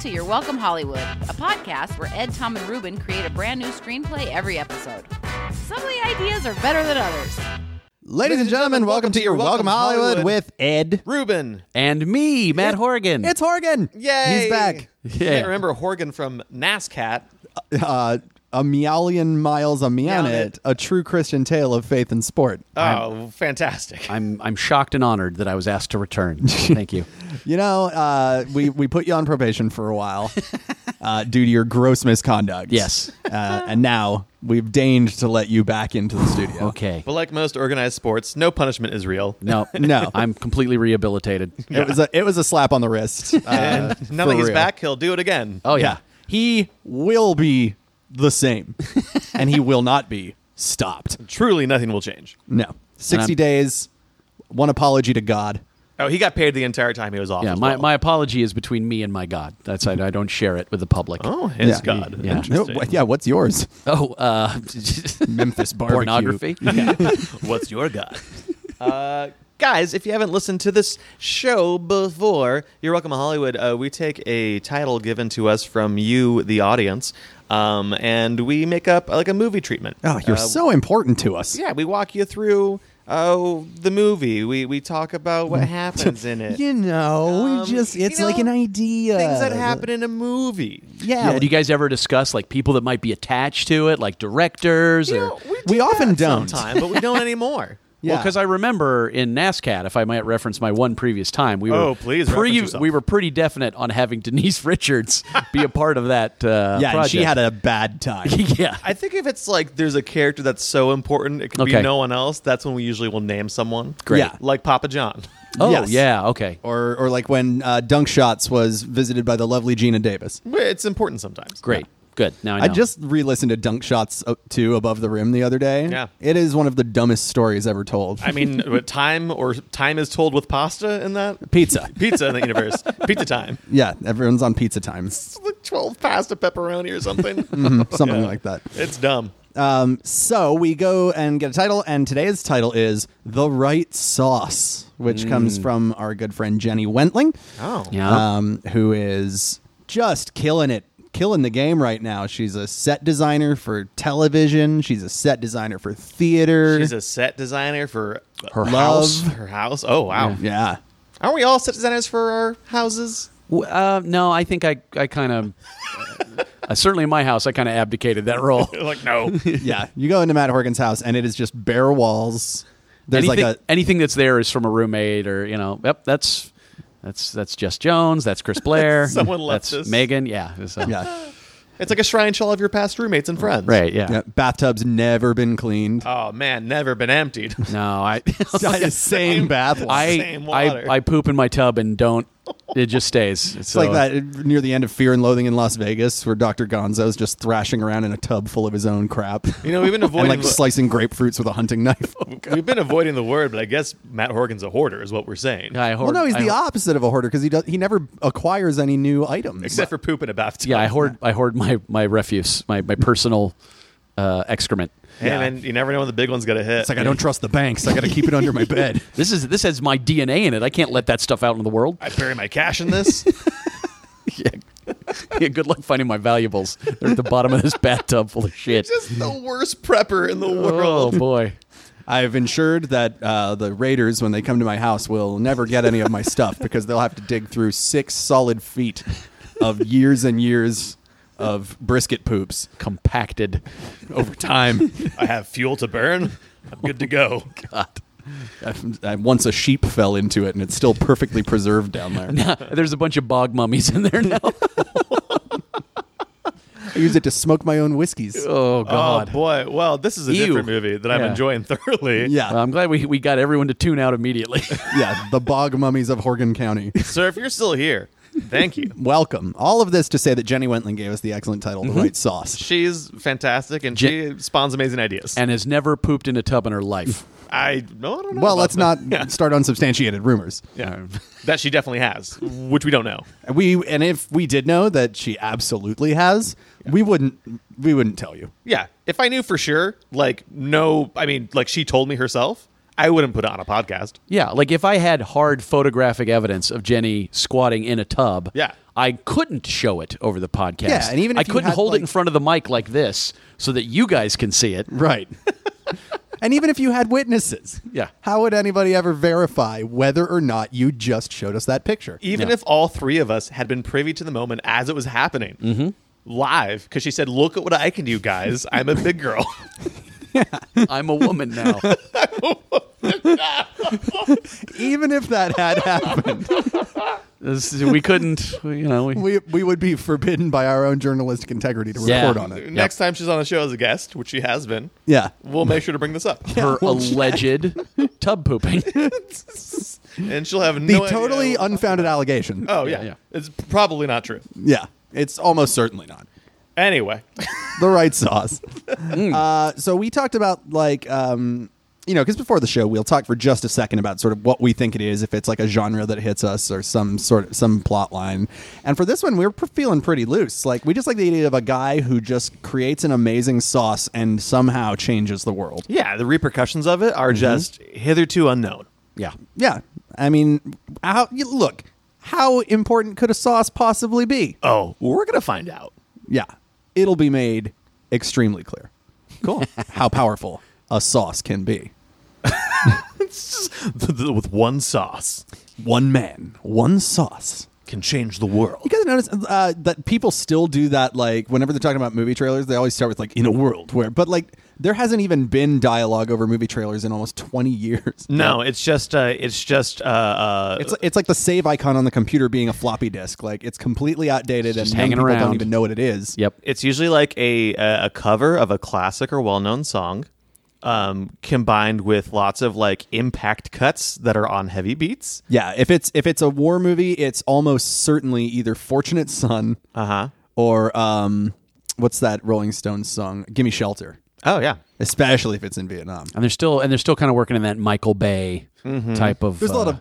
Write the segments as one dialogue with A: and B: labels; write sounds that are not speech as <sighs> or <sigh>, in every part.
A: to Your Welcome Hollywood, a podcast where Ed, Tom, and Ruben create a brand new screenplay every episode. Some of the ideas are better than others.
B: Ladies and gentlemen, welcome to your Welcome Hollywood with Ed.
C: Ruben.
D: and me, Matt Horgan.
B: It's Horgan.
C: Yay.
B: He's back.
C: I can't remember Horgan from NASCAT.
B: Uh, a meowlion miles a meow it,
C: it.
B: a true Christian tale of faith and sport.
C: Oh, fantastic.
D: I'm I'm shocked and honored that I was asked to return. Thank you.
B: You know, uh, we, we put you on probation for a while uh, due to your gross misconduct.
D: Yes.
B: Uh, and now we've deigned to let you back into the studio.
D: <sighs> Okay.
C: but like most organized sports, no punishment is real.
D: No,
B: No.
D: <laughs> I'm completely rehabilitated.
B: It was a it was a slap on the wrist. Uh,
C: and now that
B: for
C: he's
B: real. Uh,
C: back, he'll do it again.
D: Oh yeah.
B: he will be the same, and he will not be stopped.
C: Truly, nothing will change.
B: No, sixty days, one apology to God.
C: Oh, he got paid the entire time he was off.
D: Yeah,
C: as
D: my,
C: well.
D: my apology is between me and my God. That's I, I don't share it with the public.
C: Oh, his
B: Yeah.
C: God.
D: Yeah.
B: No,
C: Interesting.
B: <laughs> wh- yeah, what's yours?
D: <laughs> Oh, uh, <laughs>
B: <laughs> Memphis barbecue.
D: pornography.
C: <laughs> What's your God? uh, guys, if you haven't listened to this show before, you're welcome to Hollywood. Uh, we take a title given to us from you, the audience, um, and we make up uh, like a movie treatment.
B: Oh, you're
C: Uh,
B: so important to us.
C: Yeah, we walk you through uh, the movie. We we talk about <laughs> what happens in it.
B: You know,
C: Um,
B: we just
C: you
B: it's like
C: know,
B: an idea.
C: Things that happen in a movie.
B: Yeah.
D: Yeah, do you guys ever discuss like people that might be attached to it, like directors
C: You
D: or?
C: know, do
B: We often
C: that
B: don't.
C: sometime, but we <laughs> don't anymore.
D: Well, because I remember in NASCAT, if I might reference my one previous time, we were
C: Oh, please reference yourself.
D: we were pretty definite on having Denise <laughs> Richards be a part of that. Uh,
B: <laughs> yeah, and
D: project.
B: she had a bad time.
D: <laughs> yeah.
C: I think if it's like there's a character that's so important it can be
D: Okay.
C: no one else, that's when we usually will name someone.
D: Great.
B: Yeah.
C: Like Papa John. <laughs>
D: Oh
B: Yes.
D: yeah. Okay.
B: <laughs> Or, or like when uh, Dunk Shots was visited by the lovely Gina Davis.
C: It's important sometimes.
D: Great. Good. Now I, know.
B: I just re-listened to Dunk Shots uh, 2 Above the Rim the other day.
C: Yeah.
B: It is one of the dumbest stories ever told.
C: I <laughs> mean, what time or time is told with pasta in that
B: pizza.
C: <laughs> pizza in the universe. Pizza time.
B: Yeah, everyone's on pizza
C: <laughs>
B: time.
C: It's like 12 pasta pepperoni or <laughs> something. Mm-hmm.
B: Something
C: Yeah.
B: like that.
C: It's dumb.
B: Um, so we go and get a title, and today's title is The Right Sauce, which
D: Mm.
B: comes from our good friend Jenny Wentling,
C: Oh.
D: yeah.
B: um, who is just killing it, killing the game right now. She's a set designer for television, she's a set designer for theater.
C: She's a set designer for
D: Her
B: love.
D: house.
C: her house. Oh, wow.
B: yeah.
C: Aren't we all set designers for our houses?
D: W- Uh, no, I think I I kind of uh, certainly in my house I kind of abdicated that role.
C: <laughs> like, no.
B: Yeah. You go into Matt Horgan's house, and it is just bare walls. <laughs> There's
D: anything,
B: like a
D: anything that's there is from a roommate or you know. Yep. That's. That's that's Jess Jones.
B: <laughs>
D: That's Chris Blair.
C: Someone left
D: that's
C: this.
D: Megan. Yeah. so-
B: yeah,
C: <laughs> it's like a shrine to all of your past roommates and friends.
D: Right. <gasps> Yeah.
B: yeah. Bathtub's never been cleaned.
C: Oh, man, never been emptied. <laughs>
B: <laughs>
D: No, I <laughs>
B: same bath. water.
D: Oh, I,
C: Same
D: I
C: water.
D: I poop in my tub and don't. It just stays.
B: It's like that uh, near the end of Fear and Loathing in Las Vegas, where Dr. Gonzo's just thrashing around in a tub full of his own crap
C: You know, we've
B: <laughs>
C: been
B: and
C: avoiding
B: like
C: the-
B: slicing grapefruits with a hunting
C: <laughs>
B: knife.
C: We've been avoiding the word, but I guess Matt Horgan's a hoarder, is what we're saying.
D: I hoard,
B: well, no, he's
D: I
B: the
D: hoard-
B: opposite of a hoarder because he does, he never acquires any new items.
C: <laughs> Except for poop in a bathtub.
D: Yeah, I hoard. I hoard my my refuse, my my personal uh, excrement.
C: And then you never know when the big one's going to hit.
B: it's like I don't trust the banks. I got to keep it under
C: <laughs>
B: my bed.
D: This is this has my DNA in it. I can't let that stuff out into the world. <laughs>
C: I bury my cash in this.
D: yeah, good luck finding my valuables. They're at the bottom of this <laughs> bathtub full of shit.
C: Just the worst prepper in the
D: Oh
C: world.
D: boy.
B: I've ensured that uh, the raiders, when they come to my house, will never get any of my stuff <laughs> because they'll have to dig through six solid feet of years and years of brisket poops
D: Compacted.
B: over time.
C: <laughs> I have fuel to burn. I'm good to
D: <laughs>
C: go.
D: God.
B: I- once a sheep fell into it and it's still perfectly preserved down there.
D: There's a bunch of bog mummies in there now.
B: I use it to smoke my own whiskeys.
D: Oh
C: Oh,
D: God.
C: boy. Well, this is a
D: Ew.
C: different movie that I'm
D: Yeah.
C: enjoying <laughs> thoroughly.
B: Yeah.
D: I'm glad we, we got everyone to tune out immediately. <laughs>
B: yeah, the bog mummies of Horgan County.
C: Sir, if you're still here, thank you.
B: Welcome. All of this to say that Jenny Wentling gave us the excellent title, The Right Sauce.
C: <laughs> She's fantastic, and she spawns amazing ideas.
D: and has never pooped in a tub in her life.
C: I, no, I don't know.
B: Well,
C: about
B: let's
C: that.
B: <laughs> not start unsubstantiated rumors.
C: Yeah.
D: Uh,
C: that she definitely has, which we don't know.
B: We and if we did know that she absolutely has, we wouldn't we wouldn't tell you.
C: Yeah. If I knew for sure, like, no, I mean, like she told me herself, I wouldn't put it on a podcast.
D: Yeah, like if I had hard photographic evidence of Jenny squatting in a tub,
C: Yeah.
D: I couldn't show it over the podcast.
B: Yeah, and even if
D: I
B: you
D: couldn't
B: had,
D: hold it
B: like-
D: in front of the mic like this so that you guys can
B: <laughs>
D: see it.
B: Right. and even if you had witnesses,
D: Yeah.
B: how would anybody ever verify whether or not you just showed us that picture?
C: Even
D: Yeah.
C: if all three of us had been privy to the moment as it was happening live, because she said, Look at what I can do, guys. I'm a big girl. <laughs>
D: I'm a woman now.
B: even if that
C: <laughs>
B: had happened,
D: This is- we couldn't, you know, we,
B: we, we would be forbidden by our own journalistic integrity to
D: Yeah.
B: report on it.
C: Next time she's on a show as a guest, which she has been,
B: Yeah.
C: we'll make sure to bring this <laughs> up.
D: <laughs> her alleged
B: <laughs>
D: tub pooping.
C: and she'll have
B: The
C: no
B: totally
C: idea.
B: unfounded allegation.
C: oh, yeah.
D: Yeah, yeah.
C: It's probably not true.
B: Yeah. It's almost certainly not.
C: Anyway,
B: the right sauce. Uh, so we talked about like um, you know because before the show we'll talk for just a second about sort of what we think it is if it's like a genre that hits us or some sort of some plot line. And for this one we were p- feeling pretty loose. Like we just like the idea of a guy who just creates an amazing sauce and somehow changes the world.
C: <laughs> yeah, the repercussions of it are just hitherto unknown.
D: yeah.
B: Yeah, I mean, how you, look. How important could a sauce possibly be?
C: Oh, we're going to find out. <laughs>
B: Yeah, it'll be made extremely clear. Cool. <laughs> how powerful a sauce can be.
C: With one sauce
B: one man, one sauce.
C: can change the world.
B: You guys notice uh, that people still do that, like whenever they're talking about movie trailers, they always start with like "in a world where," but like there hasn't even been dialogue over movie trailers in almost twenty years.
C: No, it's just, uh, it's just, uh, uh,
B: It's, it's like the save icon on the computer being a floppy disk. Like it's completely outdated and
D: just
B: young
D: hanging
B: people
D: around.
B: don't even know what it is.
D: Yep.
C: It's usually like a a, a cover of a classic or well known song, um, combined with lots of like impact cuts that are on heavy beats.
B: Yeah. If it's if it's a war movie, it's almost certainly either "Fortunate Son"
C: Uh huh.
B: or um, what's that Rolling Stones song? "Gimme Shelter,"
C: Oh yeah.
B: especially if it's in Vietnam.
D: And they're still and they're still kind of working in that Michael Bay type of
B: There's a lot
D: uh,
B: of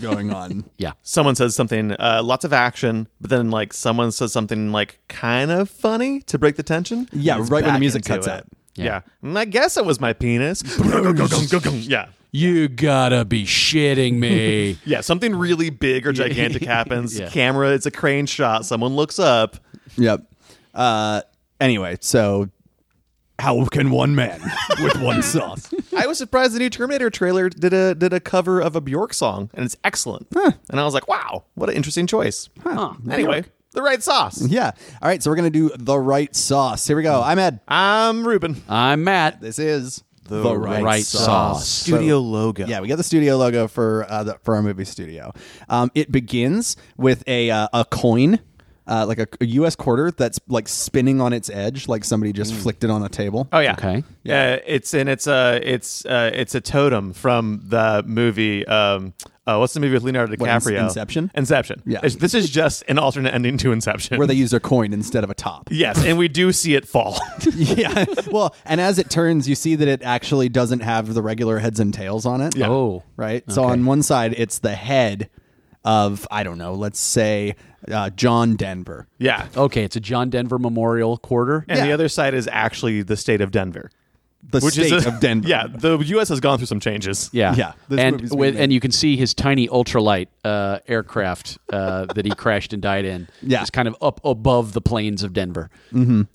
B: going on.
D: yeah.
C: Someone says something, uh, lots of action, but then like someone says something like kind of funny to break the tension.
B: Yeah,
C: and it's
B: right when the
C: back
B: music
C: into
B: cuts
C: it.
B: out.
D: Yeah.
C: Yeah. Mm, I guess it was
B: <laughs>
C: my penis. yeah.
D: You gotta be shitting
B: <laughs>
D: me.
C: Yeah. Something really big or gigantic happens.
D: Yeah.
C: Camera, it's a crane shot. Someone looks up.
B: Yep. Uh, anyway, so how can one man with one sauce?
C: I was surprised the new Terminator trailer did a did a cover of a Bjork song, and it's excellent. And I was like, wow, what an interesting choice. Anyway, the right sauce.
B: <laughs> Yeah. All right, so we're gonna do the right sauce. Here we go. I'm Ed.
C: I'm Ruben.
D: I'm Matt.
B: This is the,
D: Right Sauce.
C: Studio logo.
B: Yeah, we got the studio logo for uh, the, for our movie studio. Um, it begins with a uh, a coin, uh, like a, a U.S. quarter that's like spinning on its edge, like somebody just flicked it on a table.
C: Mm. Oh yeah.
D: Okay.
C: Yeah. it's and it's a it's uh it's a totem from the movie. Um, uh, what's the movie with Leonardo
B: in-
C: DiCaprio?
B: Inception?
C: Inception.
B: Yeah.
C: It's- this is just an alternate ending to Inception.
B: Where they use a coin instead of a top.
C: <laughs> yes, and we do see it fall. <laughs>
B: yeah. <laughs> Well, and as it turns, you see that it actually doesn't have the regular heads and tails on it.
D: Oh.
B: Right? So on one side, it's the head of, I don't know, let's say uh, John Denver.
C: yeah.
D: Okay, it's a John Denver Memorial Quarter.
C: And the
B: Oh, Yeah.
C: other side is actually the state of Denver.
B: The state
C: a-
B: of Denver.
C: <laughs> Yeah, the U.S. has gone through some changes.
D: Yeah,
B: Yeah, this
D: and
B: movie's been
D: with,
B: made.
D: and you can see his tiny ultralight uh, aircraft uh, <laughs> that he crashed and died in.
B: Yeah.
D: just kind of up above the plains of Denver.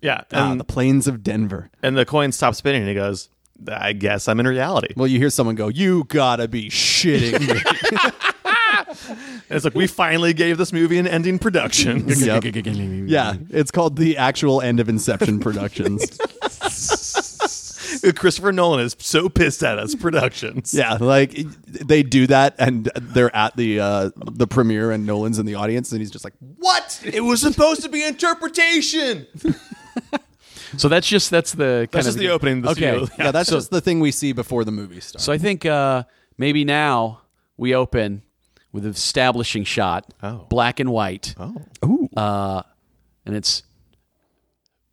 C: yeah,
B: Ah,
C: and,
B: the plains of Denver.
C: and the coin stops spinning, and he goes, "I guess I'm in reality."
B: Well, you hear someone go, You gotta be shitting me.
C: And it's like we finally gave this movie an ending
B: <laughs>
C: production.
B: Yep. yeah. It's called The Actual End of Inception Productions.
C: Christopher Nolan is so pissed at us. Productions.
B: Yeah, like they do that, and they're at the uh, the premiere, and Nolan's in the audience, and he's just like,
C: What? It was supposed to be <laughs> interpretation.
D: So that's just that's the kind
C: That's
D: of
C: just the opening, the
D: okay,
C: studio. <laughs>
B: "Yeah, that's just the thing we see before the movie starts."
D: so I think uh, maybe now we open with an establishing shot,
C: Oh.
D: black and white, oh,
B: Ooh.
D: and it's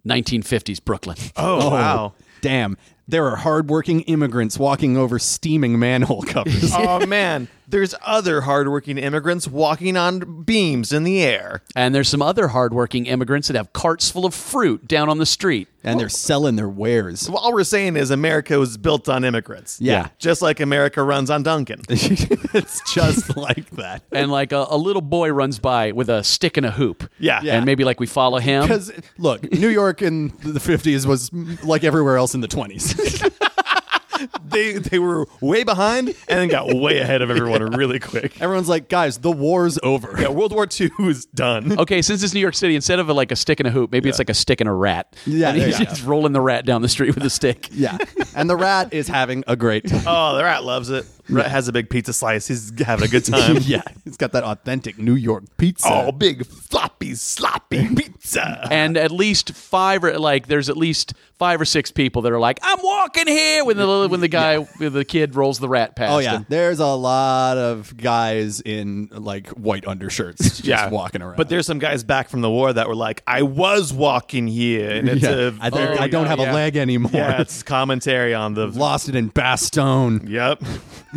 D: 1950s Brooklyn.
C: Oh, <laughs> wow. <laughs>
B: Damn. There are hardworking immigrants walking over steaming manhole covers.
C: Oh man, There's other hardworking immigrants walking on beams in the air.
D: And there's some other hardworking immigrants that have carts full of fruit down on the street.
B: and they're selling their wares.
C: All we're saying is America was built on immigrants.
B: Yeah.
C: Just like America runs on <laughs> Duncan.
B: <laughs> it's just like that.
D: And like a, a little boy runs by with a stick and a hoop.
C: Yeah. Yeah.
D: And maybe like we follow him.
B: Because look, New York in the fifties was like everywhere else in the
C: <laughs>
B: twenties.
C: <laughs> they they were way behind and then got way ahead of everyone really quick.
B: Everyone's like, guys, the war's over.
C: <laughs> Yeah, World War II is done.
D: Okay, since it's New York City, instead of a, like a stick and a hoop, maybe it's like a stick and a rat.
B: Yeah,
D: and he's
B: there you
D: just rolling the rat down the street with a stick.
B: <laughs> Yeah, and the rat is having a
C: <laughs>
B: great time.
C: Oh, the rat loves it. Rat has a big pizza slice. He's having a good <laughs> time.
B: <laughs> yeah, it's got that authentic New York pizza.
C: Oh, big floppy sloppy pizza.
D: And at least five or like there's at least five or six people that are like, I'm walking here when the when the guy when the kid rolls the rat past.
B: Oh yeah,
D: him.
B: there's a lot of guys in like white undershirts just walking around.
C: But there's some guys back from the war that were like, "I was walking here," and
B: <laughs>
C: it's
B: yeah.
C: a
B: I think
C: very-
B: I don't have
D: yeah.
B: a leg anymore.
C: Oh, <laughs> Yeah, it's commentary on the.
B: Lost it in Bastogne.
C: <laughs> Yep. <laughs>
D: <laughs>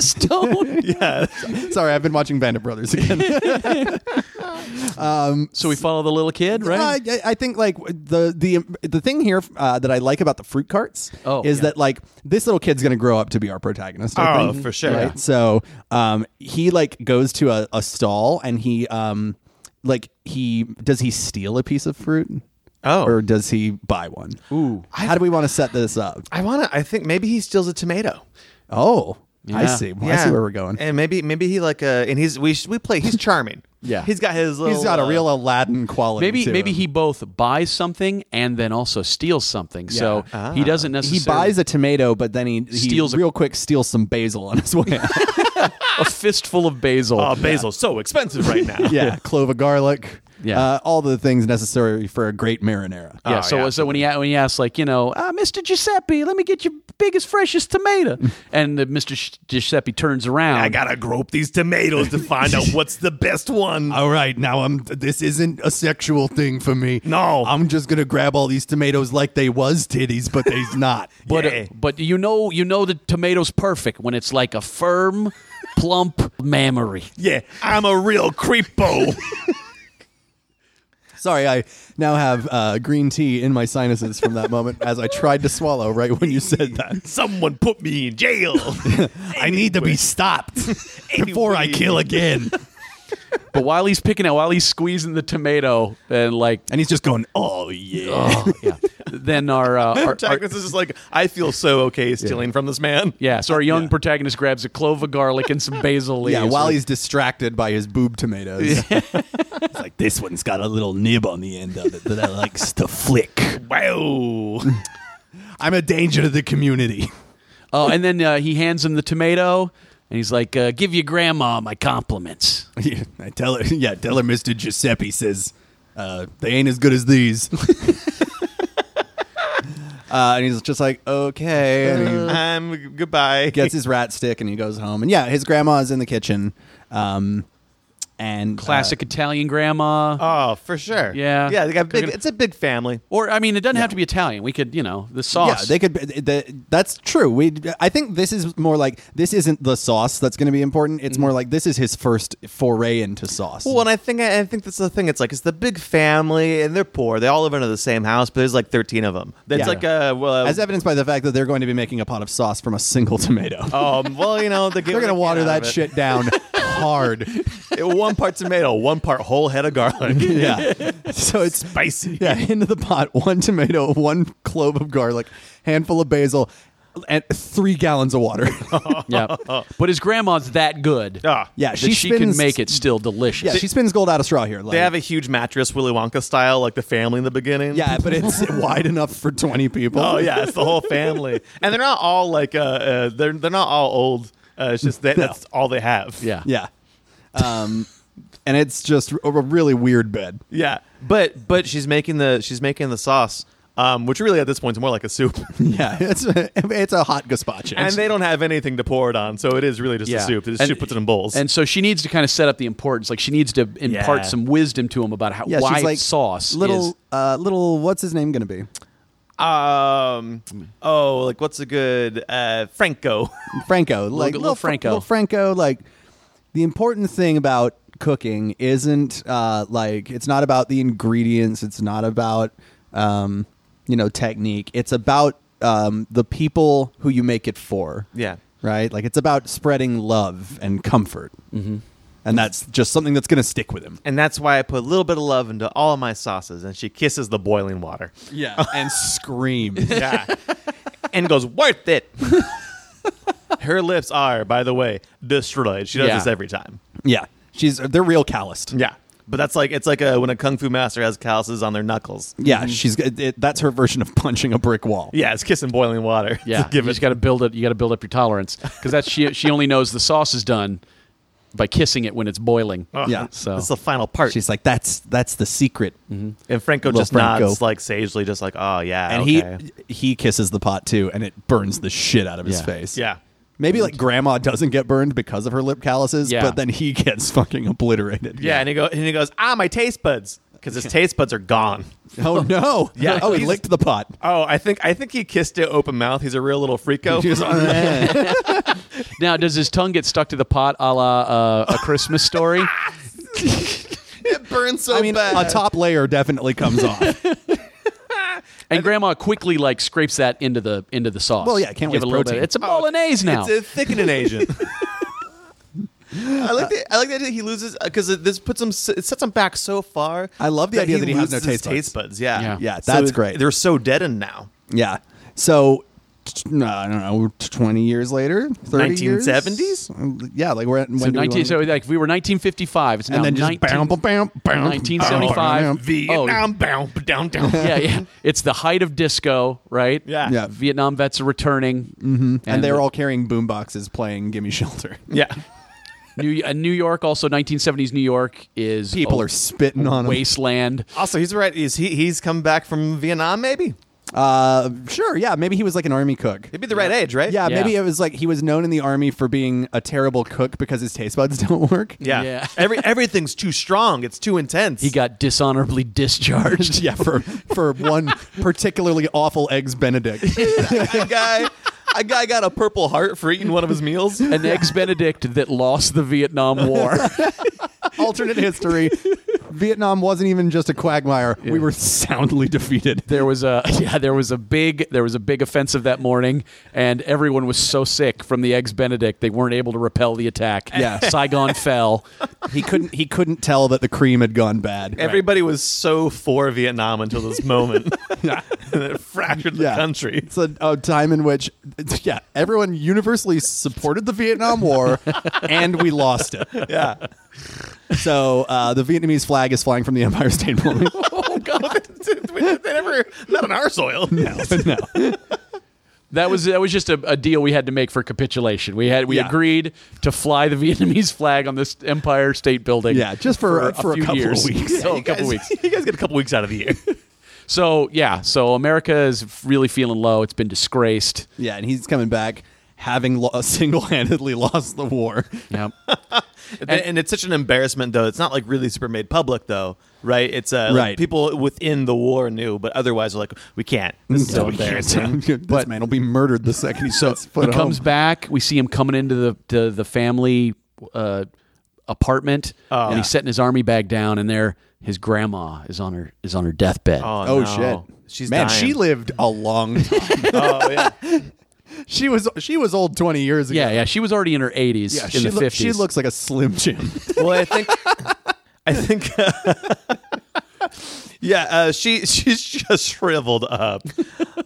D: Stone.
B: <laughs>
C: Yeah.
B: Sorry, I've been watching Band of Brothers
C: <laughs>
B: again.
D: So we follow the little kid, right?
B: Uh, I, I think like the the the thing here uh, that I like about the fruit carts
D: Oh,
B: is
D: yeah.
B: that like this little kid's gonna grow up to be our protagonist. I
C: Oh,
B: think,
C: for sure.
B: Right. So um, he like goes to a, a stall and he um like he does he steal a piece of fruit?
C: Oh.
B: or does he buy one? Ooh, how do we want to set this up?
C: <laughs> I want to. I think maybe he steals a tomato.
B: Oh, I
D: Yeah.
B: see. Well, I see where we're going.
C: And maybe maybe he like uh and he's we sh- we play he's charming.
B: <laughs> Yeah.
C: He's got his little
B: He's got a
C: uh,
B: real Aladdin quality.
D: Maybe
B: to
D: maybe
B: him.
D: he both buys something and then also steals something. So he doesn't
B: Ah. He
D: necessarily
B: buys a tomato, but then he, he
D: Steals a-
B: real quick steals some basil on his
C: <laughs>
B: way out.
D: <laughs> a fistful of basil.
C: Oh, basil's so expensive <laughs> right now.
B: yeah, <laughs> clove of garlic.
D: Yeah.
B: uh, all the things necessary for a great marinara.
D: Yeah.
C: Oh,
D: so uh,
C: yeah.
D: so when he when he asks like you know uh, Mr. Giuseppe, let me get your biggest freshest tomato, and the Mr. Sh- Giuseppe turns around.
C: I gotta grope these tomatoes to find <laughs> out what's the best one.
B: all right, now I'm. This isn't a sexual thing for me.
C: No.
B: I'm just gonna grab all these tomatoes like they was titties, but <laughs> they's not.
D: but uh,
C: Yeah.
D: but you know you know the tomato's perfect when it's like a firm, <laughs> plump mammary.
C: yeah, I'm a real <laughs> creepo.
B: Sorry, I now have uh, green tea in my sinuses from that moment as I tried to swallow right when you said that.
C: Someone put me in <laughs> jail.
B: I need to be <laughs> stopped before I kill again.
D: But while he's picking out, while he's squeezing the tomato, and like,
B: <laughs> And he's just going, oh yeah.
D: oh, yeah. <laughs> Then our, uh, our, our
C: Protagonist is just like, I feel so okay stealing from this man.
D: yeah, so our young protagonist grabs a clove of garlic and some basil
B: <laughs>
D: leaves.
B: Yeah, while he's distracted by his boob tomatoes. <laughs> it's like this one's got a little nib on the end of it that I likes to flick. <laughs>
C: Wow.
B: I'm a danger to the community. <laughs>
D: oh, and then uh, he hands him the tomato, and he's like, uh, "Give your grandma my compliments."
B: Yeah, I tell her, yeah, tell her Mr. Giuseppe says uh, they ain't as good as these. uh, and he's just like, okay. And
C: <laughs>
B: he
C: I'm Um, goodbye.
B: gets his rat stick and he goes home. And yeah, his grandma is in the kitchen. Um, and uh,
D: Classic Italian grandma.
C: Oh, for sure.
D: Yeah.
C: Yeah, they got big,
D: Cooking-
C: it's a big family.
D: Or I mean, it doesn't have to be Italian. We could, you know, the sauce.
B: Yeah, they could. th- th- that's true. We. I think this is more like this isn't the sauce that's going to be important. It's more like this is his first foray into sauce.
C: Well, and I think I think that's the thing. It's like it's the big family, and they're poor. They all live under the same house, but there's like thirteen of them. It's
B: Yeah.
C: like a well,
B: As evidenced by the fact that they're going to be making a pot of sauce from a single tomato.
C: um, well,
B: <laughs>
C: you know, they
B: they're going to water that shit
C: <laughs>
B: down hard.
C: one part tomato, one part whole head of
B: <laughs>
C: garlic.
B: Yeah. So it's
C: <laughs> Spicy.
B: Yeah, into the pot, one tomato, one clove of garlic, handful of basil, and three gallons of
C: <laughs>
B: water.
D: <laughs>
C: Oh,
B: <laughs>
D: yeah. But his grandma's that good.
C: Ah.
B: Yeah,
D: that
B: she
D: she can
B: spins-
D: make it still
B: yeah,
D: delicious.
B: she spins gold out of straw here. Like,
C: They have a huge mattress, Willy Wonka style, like the family in the beginning.
B: yeah, but
C: <laughs>
B: it's wide enough for twenty people.
C: Oh yeah, it's the whole family, and they're not all like uh, uh they're they're not all old. Uh, it's just that, that's all they have.
D: yeah.
B: Yeah. Um, and it's just a really weird bed.
C: yeah. But but she's making the she's making the sauce, um, which really at this point is more like a soup, <laughs>
B: Yeah, <laughs> it's a, it's a hot gazpacho.
C: and they don't have anything to pour it on, so it is really just a
D: Yeah.
C: soup. They just
D: And-
C: shoot- puts it in bowls.
D: And so she needs to kind of set up the importance. Like she needs to impart
C: Yeah.
D: some wisdom to him about how
B: yeah,
D: why
B: she's like
D: sauce
B: Little
D: is.
B: uh, little what's his name going to be?
C: um, oh, like what's a good uh, Franco? <laughs>
B: Franco, like
D: little
B: little
D: Franco.
B: little Franco, like the important thing about cooking isn't uh, like it's not about the ingredients. It's not about um, you know technique. It's about um, the people who you make it for.
C: Yeah.
B: right. Like it's about spreading love and comfort, mm-hmm. and that's just something that's going to stick with him.
C: and that's why I put a little bit of love into all of my sauces. And she kisses the boiling water.
B: Yeah, and <laughs> scream.
C: Yeah. and goes, worth it. <laughs> Her lips are, by the way, destroyed. She does
D: Yeah.
C: this every time.
B: yeah, she's they're real calloused.
C: Yeah. But that's like, it's like a, when a kung fu master has calluses on their knuckles.
B: Yeah, she's it, it- that's her version of punching a brick wall.
C: Yeah, it's kissing boiling water. <laughs>
D: Yeah,
B: <laughs>
C: To give
D: you
C: it.
D: just got to build it. You got to build up your tolerance because that's she. She only knows the sauce is done by kissing it when it's boiling.
C: Ugh,
B: Yeah.
D: So-
C: That's the final part.
B: She's like, that's that's the secret.
C: and Franco
B: Little
C: just
B: Franco.
C: nods like sagely, just like, oh, yeah.
B: and
C: okay.
B: he he kisses the pot too, and it burns the shit out of his
D: Yeah.
B: face.
C: Yeah.
B: Maybe like grandma doesn't get burned because of her lip calluses,
D: Yeah.
B: but then he <laughs> gets fucking obliterated.
C: Yeah. And he, go, and he goes, ah, my taste buds.
B: <laughs>
C: Because his taste buds are gone. <laughs>
B: Oh no.
C: Yeah.
B: Oh, he
C: He's-
B: licked the pot.
C: <laughs> Oh, I think I think he kissed it open mouth. He's a real
B: <laughs>
C: little freako.
B: She was like, "Eh."
D: Now, does his tongue get stuck to the pot, a la uh, a
B: <laughs>
D: Christmas story?
C: it burns so
B: I mean, a top layer definitely comes off.
C: <laughs>
D: And Grandma quickly like scrapes that into the into the sauce.
B: Well, yeah, can't
D: Give
B: waste
D: it a little
B: protein.
D: bit. It's a bolognese now.
C: Oh, It's a
B: <laughs>
C: thickening agent. I like that. I like that he loses because this puts him. It sets him back so far.
B: I love the idea that he has no
C: loses his
B: taste buds.
C: Yeah,
D: Yeah.
B: Yeah, that's
C: So
B: great.
C: They're so deadened now.
B: yeah. So. t- No, I don't know. Twenty years later, thirty years? Uh,
C: 1970s?
B: Yeah, like we're at when
D: so
B: do we
D: 19,
B: wanna-
D: so like if we were 1955, it's now
B: and then just
D: 19,
B: bam, bam, bam, bam, Oh,
D: 1975.
C: Vietnam bound down
B: <laughs>
C: down.
D: Oh, yeah, yeah. It's the height of disco, right?
C: Yeah.
B: Yeah.
D: Vietnam vets are returning. Mm-hmm.
B: and they're all carrying boom boxes playing "Gimme Shelter." <laughs>
C: yeah.
D: New, uh, New York, also 1970s New York, is
B: People
D: a
B: are spitting on them.
D: wasteland.
C: Also, he's right. Is he? He's come back from Vietnam. Maybe
B: Uh, sure, yeah, maybe he was like an army cook.
C: he'd be the right age, right?
B: Yeah,
D: Yeah.
B: maybe it was like he was known in the army for being a terrible cook because his taste buds <laughs> don't work.
C: Yeah.
D: Yeah.
C: <laughs> Every everything's too strong. It's too intense.
D: He got dishonorably
B: <laughs>
D: discharged.
B: Yeah, for for <laughs> one particularly awful eggs Benedict.
C: <laughs>
B: <laughs>
C: a guy. A guy got a purple heart for eating one of his
B: <laughs>
C: meals.
D: An ex Benedict that lost the Vietnam War.
B: Alternate history. Vietnam wasn't even just a quagmire. We were soundly defeated.
D: there was a yeah, there was a big there was a big offensive that morning, and everyone was so sick from the ex Benedict they weren't able to repel the attack.
B: Yeah. <laughs>
D: Saigon fell.
B: He couldn't he couldn't <laughs> tell that the cream had gone bad.
C: Everybody was so for Vietnam until this
B: <laughs>
C: moment. <laughs> and it fractured the
B: Yeah.
C: country.
B: It's a, a time in which, <laughs> yeah, everyone universally supported the Vietnam War, and we lost it.
C: Yeah.
B: So uh, the Vietnamese flag is flying from the Empire State
C: <laughs>
B: Building.
C: Oh god. they never not on our soil. <laughs>
B: no, <laughs> no.
D: That was that was just a, a deal we had to make for capitulation. We had we
B: Yeah.
D: agreed to fly the <laughs> Vietnamese flag on this Empire State Building.
B: Yeah, just for- for a
D: few
B: couple of
D: years. <laughs>
B: weeks.
D: Yeah,
C: So
D: a couple
C: guys, <laughs>
D: weeks.
C: You guys get a couple Oh, weeks out of the <laughs> year.
D: So yeah, so America is really feeling low. It's been disgraced.
B: Yeah, and he's coming back having lo- <laughs> single-handedly lost the war.
D: Yeah.
C: and, and it's such an embarrassment though. It's not like really super made public though, right? It's uh like,
B: Right.
C: people within the war knew, but otherwise were like, we can't. This is so
B: we can't tell you.
C: embarrassing. <laughs>
B: <laughs> this
D: But-
B: man will be murdered the second he sets foot
D: he comes
B: home.
D: back. We see him coming into the to the family uh, apartment,
B: Oh.
D: and he's setting his army bag down. And there, his grandma is on her is on her deathbed.
B: Oh
C: no.
B: shit!
C: She's
B: man,
C: dying.
B: she
C: <laughs>
B: lived a long time.
C: Oh yeah.
B: she was she was old twenty years ago.
D: yeah, yeah. She was already in her eighties, in
B: she,
D: the
B: loo-
D: fifties.
B: she looks like a slim jim. <laughs>
C: Well, I think, I think, <laughs> yeah, uh, she she's just shriveled up,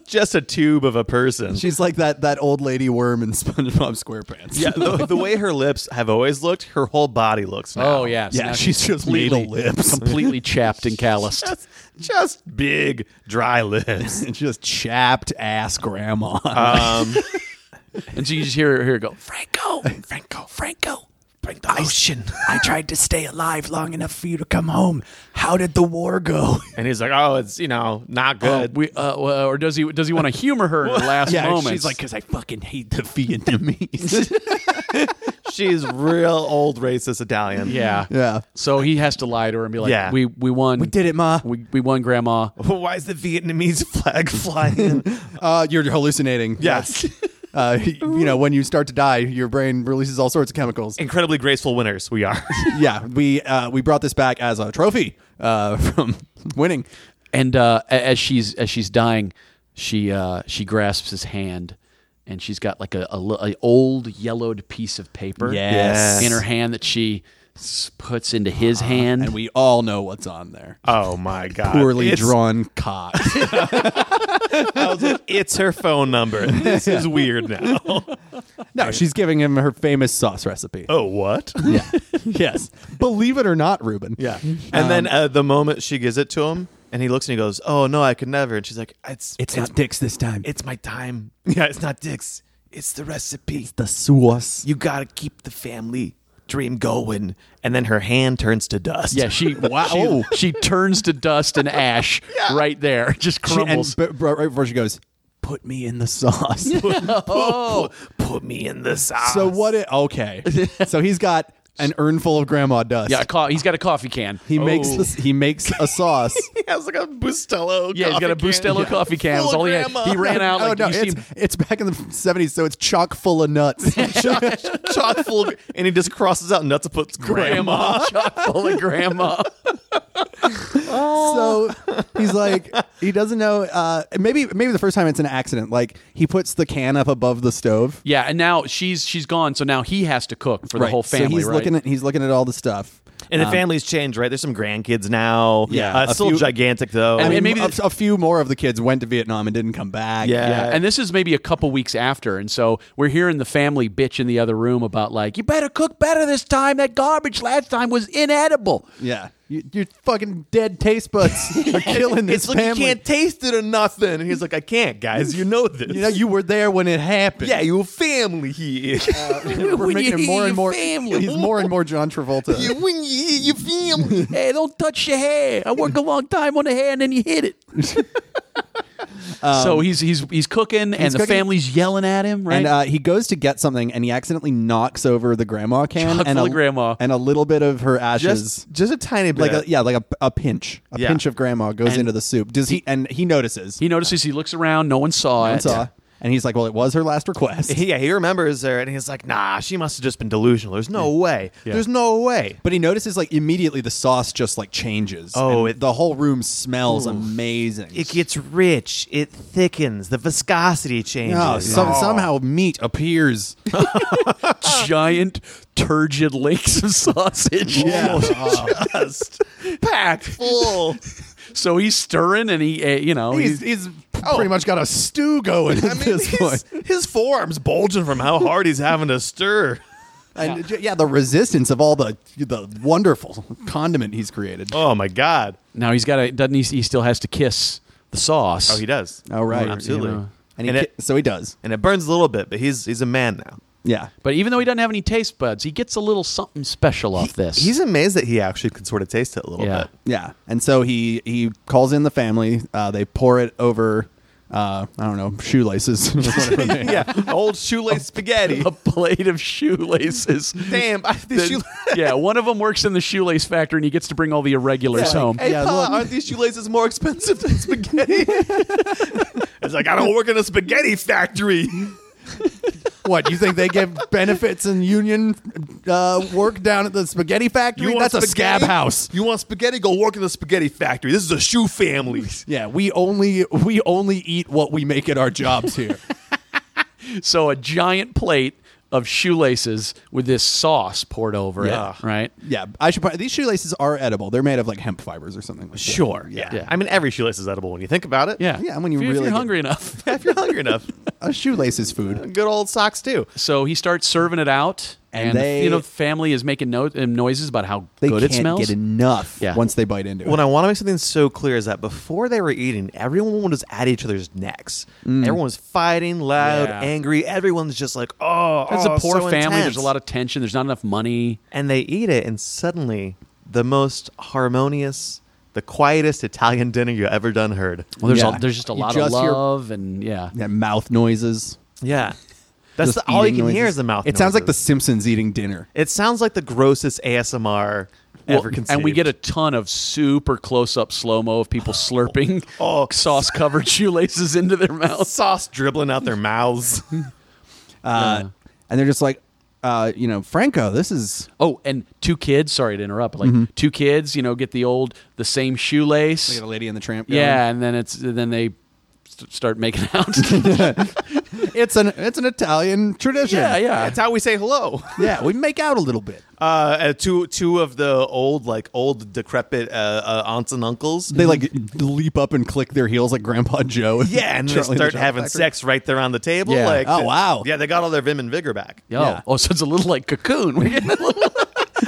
C: just a tube of a person.
B: She's like that that old lady worm in <laughs> SpongeBob <laughs> SquarePants.
C: yeah, the, the way her lips have always looked, her whole body looks now.
D: Oh yeah, so
B: Yeah,
D: now
B: she's just
D: completely-
B: made of lips. <laughs>
D: completely chapped and calloused.
C: just, just big dry lips. Um,
B: It's just chapped ass grandma.
D: Uh,
B: <laughs>
D: And so you just hear her, hear her go, Franco, Franco, Franco.
B: sprang the ocean. I tried to stay alive long enough for you to come home. How did the war go?
C: And he's like, oh, it's, you know, not good.
D: we, uh, well, or does he does he want to humor her in her <laughs> last
B: <laughs> yeah,
D: moments?
B: she's like, because I fucking hate the
D: <laughs>
B: Vietnamese. <laughs>
C: She's real old racist Italian.
D: yeah,
B: yeah.
D: So he has to lie to her and be like,
C: Yeah.
D: we we won,
B: We did it, Ma.
D: we, we won, Grandma.
C: <laughs> Why is the Vietnamese flag flying?
B: Uh, you're hallucinating.
C: Yes.
B: Uh, you know, when you start to die, your brain releases all sorts of chemicals.
D: <laughs>
C: Incredibly graceful winners we are.
B: yeah, we uh, we brought this back as a trophy uh, <laughs> from winning.
D: And uh, a- as she's as she's dying, she uh, she grasps his hand, and she's got like a, a, li- a old yellowed piece of paper,
B: Yes. Uh,
D: in her hand that she s- puts into his hand.
B: And we all know what's on there.
C: oh my
B: <laughs>
C: god.
B: Poorly
C: it's,
B: drawn cock.
C: I was like, it's her phone number. This is weird now.
B: no, <laughs> she's giving him her famous sauce recipe.
C: Oh what?
B: Yeah. <laughs> yes. Believe it or not, Ruben.
C: Yeah. And then uh, the moment she gives it to him, and he looks and he goes, "Oh no, I could never." And she's like, "It's it's not,
B: dicks this time.
C: it's my time. <laughs> Yeah, it's not dicks. It's the recipe.
B: the sauce.
C: you gotta keep the family dream going." And then her hand turns to dust.
B: <laughs>
D: yeah, she wow. She, she turns to dust and ash right there, <laughs> just
B: She, and
D: crumbles.
B: b- b- right before she goes, put me in the <laughs>
C: <laughs>
B: sauce.
C: Oh, put me in the sauce.
B: so what? It, okay. so he's got an urn full of grandma dust.
D: yeah, a co- he's got a coffee can.
B: He makes this, he makes a sauce.
C: <laughs> He has like a Bustelo.
D: Yeah, he's got a Bustelo coffee can. It was all he had. He ran out
B: <laughs>
D: like
B: oh no,
D: you see
B: it's,
D: him-
B: it's back in the seventies, so it's chock full of nuts. <laughs>
C: chock full, of, and he just crosses out nuts and puts grandma.
D: grandma, chock full of grandma.
B: so he's like he doesn't know uh maybe maybe the first time it's an accident like he puts the can up above the stove
D: <laughs> Yeah, and now she's she's gone, so now he has to cook for the whole family.
B: so he's
D: right?
B: looking at he's looking at all the stuff
C: And the family's changed, right? There's some grandkids now.
B: Yeah.
C: uh,
B: A
C: still
B: few-
C: gigantic though.
B: I
D: And-
B: mean,
D: and maybe
B: a,
D: the-
B: a few more of the kids went to Vietnam and didn't come back.
C: Yeah.
D: yeah, and this is maybe a couple weeks after, and so we're hearing the family bitch in the other room about like, you better cook better this time. That garbage last time was inedible.
B: yeah. You, your fucking dead taste
D: <laughs>
B: buds are killing this
C: it's like
B: family.
C: you can't taste it or nothing. And he's like, I can't, guys. You know this.
B: You know, you were there when it happened.
C: yeah, your family <laughs> here.
B: <laughs> we're
D: when
B: making
D: you
B: him more
D: hear
B: and more.
D: your family.
B: He's more and more John Travolta.
C: You- when you hear your family,
D: Hey, don't touch your hair. I work a long time on the hair, and then you hit it. so he's he's he's cooking, and the
B: cooking.
D: family's yelling at him, right?
B: And uh, he goes to get something, and he accidentally knocks over the grandma can
D: Chock
B: and
D: full
B: a,
D: of grandma.
B: and a little bit of her ashes,
C: <laughs> just just a tiny bit. uh,
B: like a, yeah, like a, a pinch, a
C: Yeah.
B: pinch of grandma goes
D: And-
B: into the soup. Does he? And he notices.
D: he notices. He looks around. No one saw it.
B: and saw, and he's like, "Well, it was her last request."
C: He- yeah, he remembers her, and he's like, Nah, she must have just been delusional. There's no way. There's no way.
B: But he notices like immediately the sauce just like changes.
C: Oh,
B: and
C: it-
B: the whole room smells amazing.
C: It gets rich. It thickens. The viscosity changes.
B: Oh, some, somehow meat appears.
D: <laughs> giant turgid lakes
C: <laughs>
D: of sausage.
C: just packed <laughs> full.
D: So he's stirring and he, uh, you know,
B: he's
D: he's,
B: he's pretty much got a stew going <laughs> at this point.
C: Oh, his, his forearms bulging from how hard he's having to stir.
B: And j- yeah, the resistance of all the the wonderful condiment he's created.
C: Oh my god!
D: now he's got to doesn't he? He still has to kiss the sauce.
C: Oh, he does.
B: All right,
C: absolutely.
D: You know.
B: And, he
C: And it-
B: ki- so he does.
C: And it burns a little bit, but he's he's a man now.
B: Yeah.
D: But even though he doesn't have any taste buds, he gets a little something special off this.
C: He's amazed that he actually could sort of taste it a little
D: yeah.
C: bit.
B: Yeah, and so he he calls in the family. Uh, they pour it over, uh, I don't know, shoelaces. <laughs> Whatever they-
C: <laughs> yeah,
B: <laughs>
C: old shoelace spaghetti.
D: A plate of shoelaces.
C: <laughs> Damn, I,
D: That-
C: these shoelaces.
D: <laughs> yeah, one of them works in the shoelace factory and he gets to bring all the irregulars home.
B: <laughs>
C: Hey,
B: Yeah,
C: Pa,
B: look.
C: aren't these shoelaces more
B: <laughs>
C: expensive than spaghetti? it's like I don't work in a spaghetti factory.
B: What you think they give benefits and union uh, work down at the spaghetti factory? That's a scab
C: spaghetti?
B: house.
C: You want spaghetti? Go work in the spaghetti factory. This is a
B: <laughs>
C: shoe family.
B: Yeah, we only we only eat what we make at our jobs here.
C: <laughs>
D: So a giant plate of shoelaces with this sauce poured over
B: Yeah.
D: it. Right.
B: yeah, I should. Probably, these shoelaces are edible. They're made of like hemp fibers or something like that.
D: Sure.
C: Yeah.
D: Yeah.
C: I mean every shoelace is edible when you think about it.
D: Yeah.
B: Yeah, when you
D: If if
B: really
D: you're
B: get-
D: hungry enough.
B: <laughs>
C: if you're hungry enough.
B: a shoelace is food.
C: Good old socks too.
D: So he starts serving it out,
B: And
D: and,
B: they-
D: the, you know, family is making no- um, noises about how
B: They
D: good
B: can't
D: it smells.
B: get enough
D: Yeah.
B: once they bite into it.
C: What I want to make something so clear is that before they were eating, everyone was at each other's necks. Everyone was fighting, loud,
D: Yeah.
C: angry. Everyone's just like, oh,
D: It's a
C: oh,
D: poor
C: so
D: family.
C: intense."
D: There's a lot of tension. There's not enough money.
C: and they eat it, and suddenly the most harmonious, the quietest Italian dinner you ever done heard.
D: Well, there's
B: Yeah.
D: a, there's just a
B: You
D: lot
B: just
D: of
B: hear-
D: love and yeah.
B: Yeah, mouth noises.
C: Yeah, <laughs> that's
B: Just
C: the, all you
B: eating
C: can hear
B: noises.
C: is the mouth.
B: It sounds like the
C: noises.
B: Simpsons eating dinner.
C: It sounds like the grossest ASMR
D: Well,
C: ever conceived.
D: and we get a ton of super close up slow mo of people slurping sauce covered shoelaces into their <laughs> mouths.
C: sauce dribbling out their <laughs> mouths.
B: Uh, And they're just like, uh, you know, Franco, this is
D: Oh, and two kids. Sorry to interrupt. Like two kids, you know, get the old the same shoelace.
B: like a lady in the tramp.
D: yeah, and then it's then they st- start making <laughs> out.
B: <laughs> it's an it's an Italian tradition.
D: yeah, yeah.
C: That's how we say hello.
B: yeah. We make out a little bit.
C: Uh, uh, two two of the old like old decrepit uh, uh, aunts and uncles.
B: They like leap up and click their heels like Grandpa <laughs> Joe.
C: yeah, and they
B: Charlie the
C: start
B: Chocolate
C: having
B: Factory.
C: sex right there on the table.
D: Yeah.
C: Like,
B: Oh, wow.
C: Yeah, they got all their vim and vigor back.
D: Yo.
B: Yeah.
D: Oh, so it's a little like cocoon. <laughs> We're getting a little,
C: <laughs>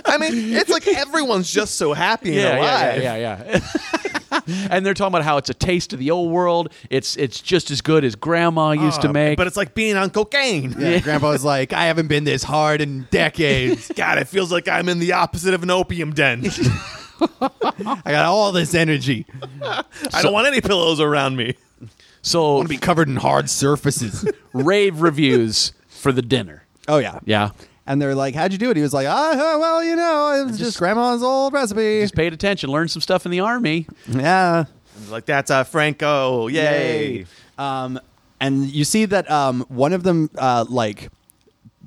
C: I mean, it's like everyone's just so happy and
D: yeah, yeah,
C: alive.
D: yeah, yeah, yeah. <laughs> and they're talking about how it's a taste of the old world. It's it's just as good as grandma used to
C: Uh,
D: make.
C: but it's like being on cocaine. <laughs>
B: Yeah, Grandpa's like, I haven't been this hard in decades.
C: God, it feels like I'm in the opposite of an opium den.
B: I got all this energy.
C: I don't want any pillows around me.
D: so
B: want to be <laughs> covered in hard surfaces.
D: rave reviews for the dinner.
B: <laughs> oh yeah,
D: Yeah.
B: And they're like, "How'd you do it?" He was like, "Ah, huh, well, you know, it was just,
D: just-
B: Grandma's old recipe."
D: Just paid attention, learned some stuff in the army.
B: yeah,
C: Like that's uh, Franco. Yay.
B: Um, and you see that um, one of them uh, like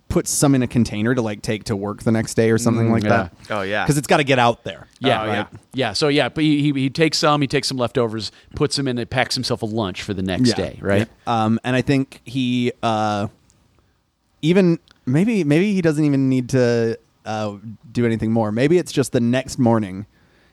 B: puts some in a container to like take to work the next day or something like
D: yeah.
B: that.
C: Oh, yeah.
B: because it's got to get out there.
D: Yeah,
C: Oh,
D: right.
C: yeah.
D: yeah, So yeah, but he, he he takes some, he takes some leftovers, puts them in, and packs himself a lunch for the next day, right?
B: Um, and I think he uh, even maybe maybe he doesn't even need to uh, do anything more. Maybe it's just the next morning.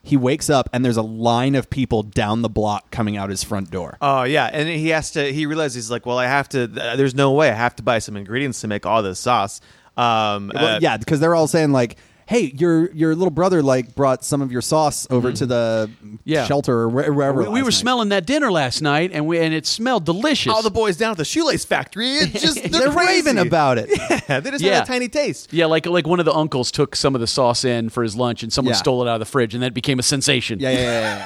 B: He wakes up and there's a line of people down the block coming out his front door.
C: Oh yeah, and he has to. He realizes he's like, well, I have to. th- There's no way I have to buy some ingredients to make all this sauce. Um,
B: Well,
C: uh,
B: yeah, because they're all saying like, "Hey, your your little brother like brought some of your sauce over to the
D: Yeah.
B: shelter or where- wherever."
D: We,
B: it was
D: we were
B: last night." <laughs>
D: smelling that dinner last night, and we and it smelled delicious.
C: all the boys down at the shoelace factory.
B: <laughs>
C: It's just they're,
B: They're
C: crazy.
B: raving about it.
C: Yeah, <laughs> they just
D: Yeah.
C: had a tiny taste.
D: yeah, like like one of the uncles took some of the sauce in for his lunch, and someone
B: Yeah.
D: stole it out of the fridge, and that became a sensation.
B: Yeah, yeah, yeah. yeah.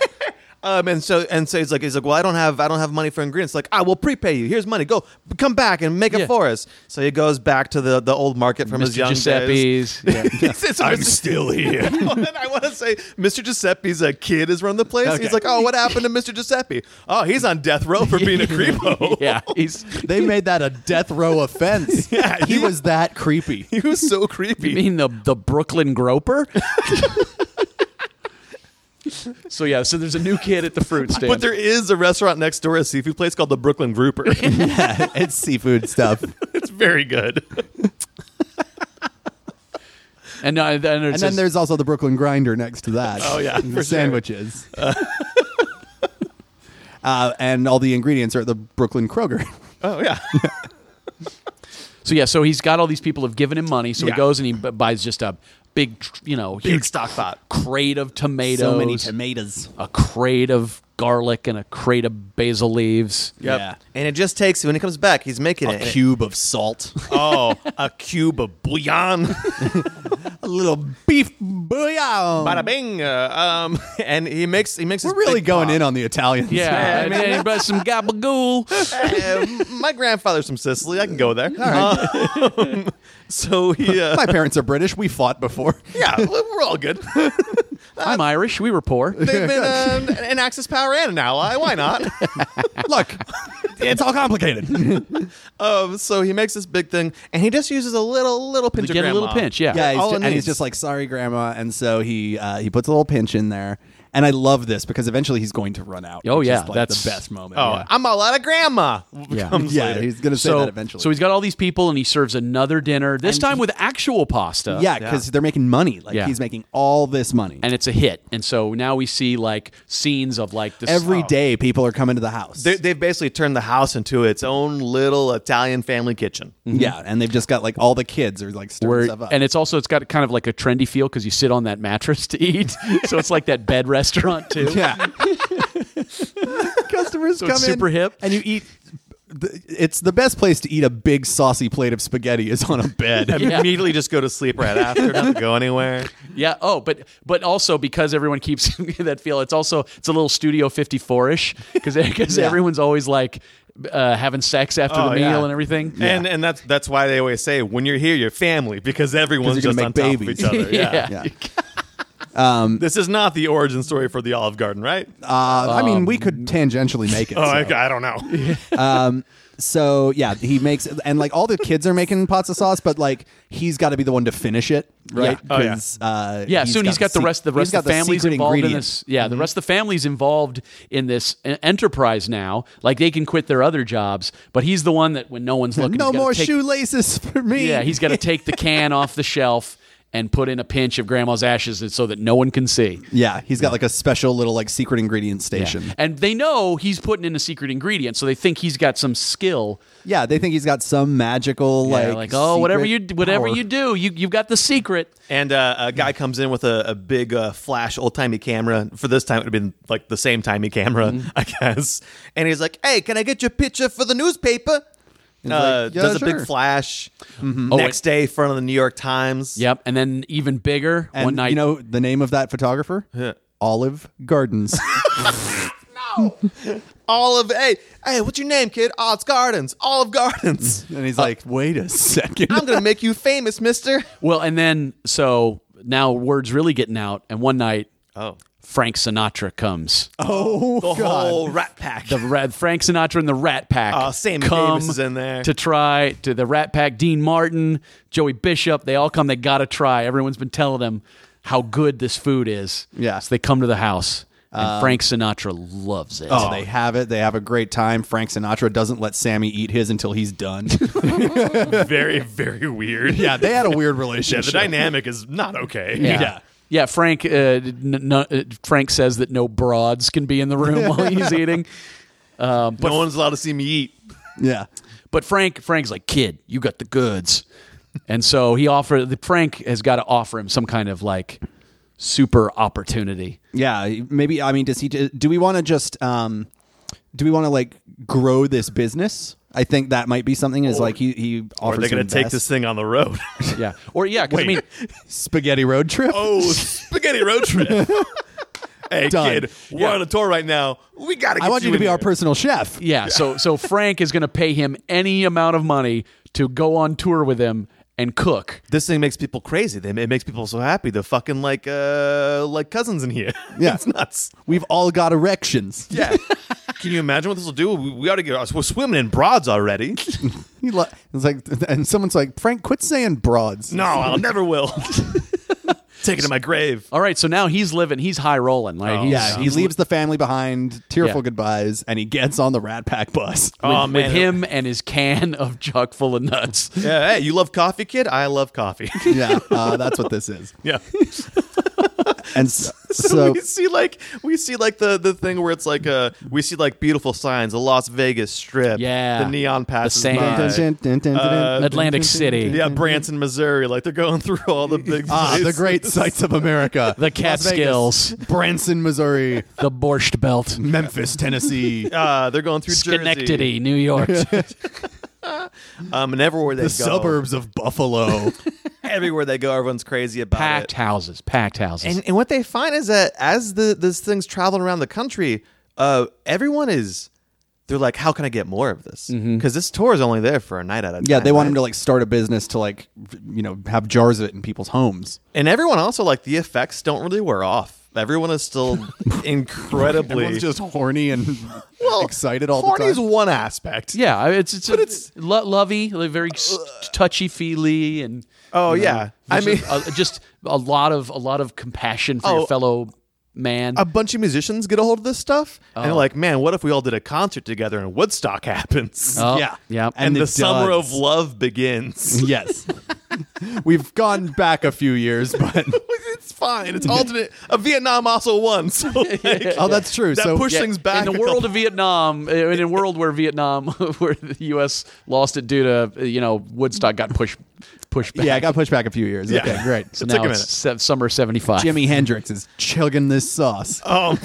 C: Um, and so and so he's like, he's like, well, I don't have, I don't have money for ingredients. Like, I will prepay you. Here's money. Go, come back and make
D: Yeah.
C: it for us. So he goes back to the the old market from his
D: Mr.
C: young days.
D: Giuseppe's.
C: <laughs>
D: Yeah.
C: I'm still <laughs> here. I want to say Mr. Giuseppe's a kid is run the place.
B: Okay.
C: He's like, oh, what happened to Mr. Giuseppe? Oh, he's on death row for being a creepo.
D: <laughs> yeah, he's.
B: they made that a death row offense.
C: Yeah,
B: he
C: you-
B: was that creepy.
C: <laughs> He was so
D: You
C: creepy.
D: mean the the Brooklyn Groper? <laughs> so yeah, so there's a new kid at the fruit stand.
C: But there is a restaurant next door, a seafood place called the Brooklyn Grouper. <laughs>
B: yeah, it's seafood stuff.
C: it's very good.
D: and, uh, and,
B: And then there's also the Brooklyn Grinder next to that.
C: Oh, yeah,
B: And the
C: for sure.
B: sandwiches. <laughs> uh, and all the ingredients are at the Brooklyn Kroger.
C: Oh yeah.
D: So yeah, so he's got all these people have given him money. So
C: Yeah.
D: he goes and he b- buys just a big, tr- you know,
C: Big
D: huge
C: stock pot.
D: crate of tomatoes,
B: tomatoes.
D: a crate of garlic, and a crate of basil leaves.
C: Yep.
B: Yeah.
C: And it just takes when he comes back, he's making
B: A
C: it.
B: cube of <laughs> salt.
C: <laughs> oh, a cube of bouillon.
B: a little beef bouillon.
C: Bada bing. Uh, um, <laughs> and he makes he makes.
B: We're really going in on the Italians. <laughs>
D: Yeah,
C: Yeah,
D: and then he buys some gabagool.
C: <laughs> my grandfather's from Sicily. I can go there. Um, <laughs> so he. Uh,
B: My parents are British. We fought before. <laughs>
C: yeah, we- we're all good.
D: I'm Irish. We were poor.
C: They've been um, an Axis power and an ally. Why not?
B: <laughs> Look, it's all complicated.
C: <laughs> Um, so he makes this big thing, and he just uses a little, little pinch.
D: They
C: of
D: get a little
C: grandma.
D: pinch, yeah.
B: yeah, he's
C: all
B: ju-
C: it
B: and he's
C: needs.
B: just like, sorry, grandma. And so he uh, he puts a little pinch in there, And I love this because eventually he's going to run out.
D: Oh,
B: which
D: yeah,
B: is, like,
D: that's-
B: the best moment.
C: Oh,
B: yeah.
C: I'm all out of grandma.
D: Yeah.
C: Comes
B: <laughs> Yeah,
C: later.
B: he's gonna say
D: so,
B: that eventually.
D: so he's got all these people, and he serves another dinner. This time with actual pasta.
B: yeah, because they're making money. Like
D: Yeah.
B: he's making all this money.
D: and it's a hit. And so now we see like scenes of like this Oh.
B: Every day people are coming to the house.
C: They, they've basically turned the house into its own little Italian family kitchen.
B: Yeah, and they've just got like all the kids are like stirring
D: where,
B: stuff up.
D: and it's also it's got kind of like a trendy feel because you sit on that mattress to eat. <laughs> so it's like that bed restaurant too.
B: <laughs> yeah, customers
D: So
B: come
D: it's
B: in
D: super hip.
B: and you eat. the- It's the best place to eat a big saucy plate of spaghetti is on a bed.
D: Yeah.
C: Immediately just go to sleep right after, not go anywhere.
D: Yeah. Oh, but but also because everyone keeps <laughs> that feel, it's also it's a little Studio 54 ish <laughs> because
B: Yeah.
D: everyone's always like uh, having sex after
C: Oh,
D: the meal
C: yeah.
D: and everything.
C: And and that's that's why they always say when you're here, you're family because everyone's
B: 'Cause you're
C: just
B: gonna
C: on
B: make
C: top of
B: babies.
C: each
D: <laughs>
B: <laughs>
C: other. Yeah.
D: yeah.
B: Yeah.
C: This is not the origin story for the Olive Garden, right?
B: Uh, I mean, we
D: um,
B: could tangentially make it.
C: oh,
B: so.
C: I, I don't know.
B: <laughs> So, yeah, he makes and like all the kids are making pasta sauce, but like he's got to be the one to finish it, right?
C: Oh, yeah.
B: 'Cause, uh,
D: Yeah, soon he's got the
B: sec-
D: rest. The
B: he's
D: rest
B: got
D: of the families
B: secret
D: involved in
B: ingredient. Mm-hmm.
D: this. Yeah, the rest of the families involved in this en- enterprise now. Like they can quit their other jobs, but he's the one that when no one's looking,
B: <laughs> No
D: he's gotta
B: more
D: take,
B: shoelaces for me.
D: Yeah, he's got to take the can off the shelf and put in a pinch of grandma's ashes so that no one can see.
B: <laughs> yeah, he's got like a special little like secret ingredient
D: Yeah.
B: station.
D: And they know he's putting in a secret ingredient, so they think he's got some skill.
B: Yeah, they think he's got some magical
D: Yeah,
B: like,
D: like, oh, whatever you
B: secret
D: d- whatever
B: power.
D: you do, you you've got the secret.
C: And uh, a guy comes in with a, a big uh, flash old timey camera. For this time, it would have been like the same timey camera,
B: Mm-hmm.
C: <laughs> I guess. And he's like, "Hey, can I get your picture for the newspaper?" Uh,
B: like, "Yeah,
C: does a
B: sure." Mm-hmm.
C: big flash.
D: Oh,
C: Next
D: it-
C: day, front of the New York Times.
D: Yep, and then even bigger
B: And
D: one night.
B: you know the name of that photographer? Olive Gardens.
C: Olive. Hey, hey, what's your name, kid? Oh, it's Gardens.
B: <laughs>
C: Olive
B: <laughs>
C: Gardens.
B: and he's like, "Wait a second.
C: I'm gonna make you famous, Mister.
D: well, and then so now word's really getting out, and one night
C: Oh,
D: Frank Sinatra comes.
B: <laughs> oh
C: <laughs> the
B: god.
C: whole Rat Pack.
D: The Rat, Frank Sinatra and the Rat Pack.
C: Oh, Sammy
D: come
C: Davis is in there.
D: to try to the Rat Pack. Dean Martin, Joey Bishop, they all come. They gotta try. Everyone's been telling them how good this food is.
B: Yeah.
D: so they come to the house, and
C: Uh,
D: Frank Sinatra loves it.
B: Oh, they have it. They have a great time. Frank Sinatra doesn't let Sammy eat his until he's done.
C: <laughs> very, very <laughs> weird.
B: <laughs> yeah, they had a weird
C: Yeah,
B: relationship.
C: the dynamic is not okay.
D: yeah. yeah. Frank. Uh, n- n- uh, Frank says that no broads can be in the room while
C: <laughs>
D: he's eating.
C: no one's allowed to see me eat.
B: yeah.
D: But Frank, Frank's like, kid, you got the goods, and so he offer the Frank has got to offer him some kind of like super opportunity.
B: Yeah, maybe I mean does he do we want to just um do we want to like grow this business? I think that might be something is like he he
C: Or
B: offers
C: they're
B: to
C: gonna take
B: invest.
C: this thing on the road.
D: Yeah, or yeah, because
C: Wait.
D: I mean,
B: spaghetti road trip. <laughs>
C: <laughs> Oh, spaghetti road <laughs> trip. hey,
B: Done.
C: kid, we're on a tour right now. We gotta. Get
B: I want you to
C: in
B: be our
C: here.
B: personal chef.
D: <laughs> yeah. So so Frank is going to pay him any amount of money to go on tour with him and cook.
C: This thing makes people crazy. They, it makes people so happy. They're fucking like, uh, like cousins in here. <laughs>
B: Yeah.
C: it's nuts.
B: We've all got erections.
C: Yeah. Can you imagine what this will do? We, we ought to get. We're swimming in broads <laughs> already.
B: He li- it's like, and someone's like, Frank, quit saying broads.
C: no, I'll never <laughs> will. Take it to my grave.
D: All right, so now he's living, he's high rolling, like
C: Oh,
D: he's,
B: Yeah, he
D: he's
B: leaves the family behind, tearful
D: Yeah.
B: goodbyes, and he gets on the Rat Pack bus.
D: with,
C: oh
D: with him and his can of jug full of nuts.
C: Yeah. Hey, you love coffee, kid? I love coffee.
B: <laughs>
C: <laughs>
B: yeah, uh, that's what this is.
C: yeah.
B: <laughs> And so,
C: <laughs> so
B: so
C: we see like we see like the the thing where it's like uh we see like beautiful signs, the Las Vegas Strip,
D: Yeah.
C: the neon passes
D: sand.
C: by.
D: Dun, Atlantic City.
C: yeah, Branson, Missouri, like they're going through all the big
B: Ah, the
C: places. <laughs>
B: great sights of <laughs> America.
D: The
B: Las
D: Catskills.
B: Vegas, Branson, Missouri,
D: <laughs> The Borscht Belt,
B: Memphis,
C: <laughs>
B: Tennessee,
C: Uh, they're going through Jersey,
D: Schenectady, New <laughs> York.
C: um, and everywhere they
B: the
C: go,
B: suburbs of Buffalo.
C: everywhere they go, everyone's crazy about
D: packed
C: it.
D: houses, packed houses.
C: And, and what they find is that as the this thing's traveling around the country, uh, everyone is they're like, how can I get more of this? Because this tour is only there for a night at a time.
B: Mm-hmm. yeah, they want
C: right?
B: him to like start a business to like, you know, have jars of it in people's homes.
C: And everyone also like the effects don't really wear off. Everyone is still <laughs> incredibly
B: Everyone's just horny and excited all
C: horny
B: the
C: is
B: time.
C: one aspect.
D: yeah, I- it's it's, it's lo- lovey, like very touchy feely, and
C: Uh, Oh yeah. I mean,
D: just, uh, just a lot of a lot of compassion for
C: Oh.
D: your fellow man.
C: a bunch of musicians get a hold of this stuff and they're like, man, what if we all did a concert together and Woodstock <laughs> happens?
D: Oh,
B: yeah.
D: yeah.
C: and,
B: and
C: the
B: it
C: summer
B: does.
C: of love begins.
B: <laughs>
C: <laughs>
B: Yes. We've gone back a few years, but
C: it's fine. <laughs> It's alternate. A Vietnam also won. <laughs> So like,
B: oh, that's true.
C: That
B: so
C: push-
D: Yeah,
C: things back
D: in
C: a
D: the world of Vietnam, eh, in a world where Vietnam, <laughs> where the U.S. lost it due to you know Woodstock got pushed pushed back.
B: <laughs> yeah, I got pushed back a few years.
C: Yeah.
B: Okay, great.
D: so
C: it took
D: now
C: a
D: it's se- summer '75.
B: Jimi Hendrix is chugging this sauce.
C: um,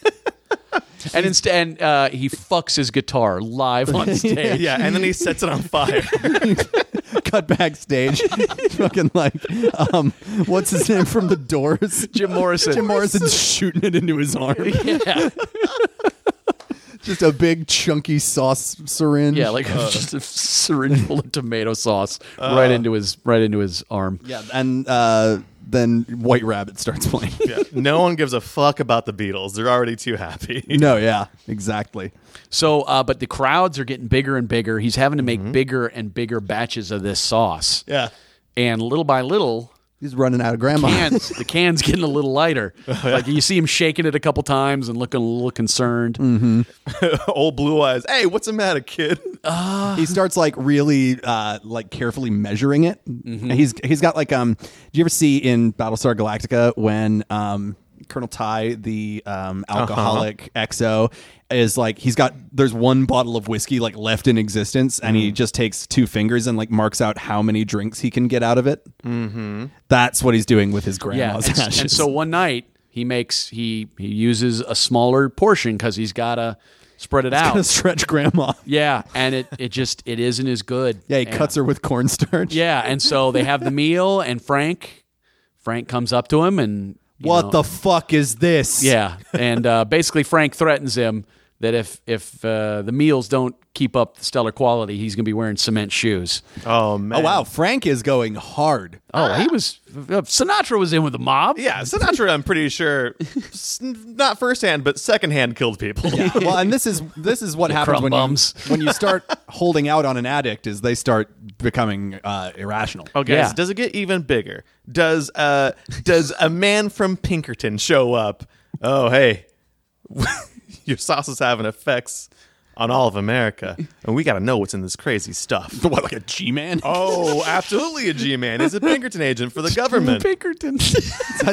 B: <laughs>
C: <laughs>
D: and instead and, uh, he fucks his guitar live on
C: <laughs>
D: stage. <laughs>
C: yeah, and then he sets it on
B: <laughs>
C: fire.
B: Cut backstage, <laughs> fucking like, um, what's his name from the Doors?
D: Jim Morrison.
B: Jim Morrison's shooting it into his arm.
D: Yeah,
B: Just a big chunky sauce syringe.
D: yeah, like
C: Uh.
D: just a syringe full of tomato sauce right into his right into his arm.
B: yeah. And uh, then White Rabbit starts playing.
C: Yeah. No one gives a fuck about the Beatles. They're already too happy. <laughs>
B: No, yeah, exactly.
D: So, uh, but the crowds are getting bigger and bigger. He's having to make
B: Mm-hmm.
D: bigger and bigger batches of this sauce.
C: Yeah.
D: and little
B: <laughs>
D: by little,
B: He's running out of grandma.
D: cans the can's getting a little lighter. Like you see him shaking it a couple times and looking a little concerned.
B: Mm-hmm.
C: <laughs> Old blue eyes. Hey, what's the matter, kid?
B: <laughs> he starts like really uh like carefully measuring it
D: Mm-hmm.
B: And he's he's got like um do you ever see in battlestar galactica when um colonel ty the um
D: Uh-huh.
B: alcoholic exo is like he's got there's one bottle of whiskey like left in existence and
D: Mm-hmm.
B: he just takes two fingers and like marks out how many drinks he can get out of it mm-hmm. that's what he's doing with his
D: Yeah,
B: grandma's
D: and,
B: ashes. <laughs>
D: and so one night he makes he he uses a smaller portion because he's got to spread it out.
B: Gonna stretch grandma
D: yeah, and it it just it isn't as good.
B: yeah he
D: And-
B: cuts her with cornstarch
D: Yeah, and so they have the meal, and Frank Frank comes up to him and you
B: what
D: know,
B: the fuck is this
D: Yeah, and uh, basically Frank threatens him that if if uh, the meals don't keep up the stellar quality, he's going to be wearing cement shoes.
C: <laughs> Oh man.
B: oh wow frank is going hard
D: Oh, he was Sinatra was in with the mob.
C: Yeah, Sinatra, I'm pretty <laughs> sure, s- not firsthand, but secondhand killed people. <laughs>
B: well, and this is this is what happens
D: crumb
B: when
D: bums.
B: you when you start holding out on an addict is they start becoming uh, irrational.
C: Okay,
D: Yeah.
C: so does it get even bigger? Does uh does a man from Pinkerton show up? Oh hey, <laughs> your sauce is having effects on all of America, and we got to know what's in this crazy stuff.
B: What <laughs> like <laughs> a G man?
C: <laughs> Oh, absolutely, a G-man is a Pinkerton agent for the government.
D: <laughs> Pinkerton.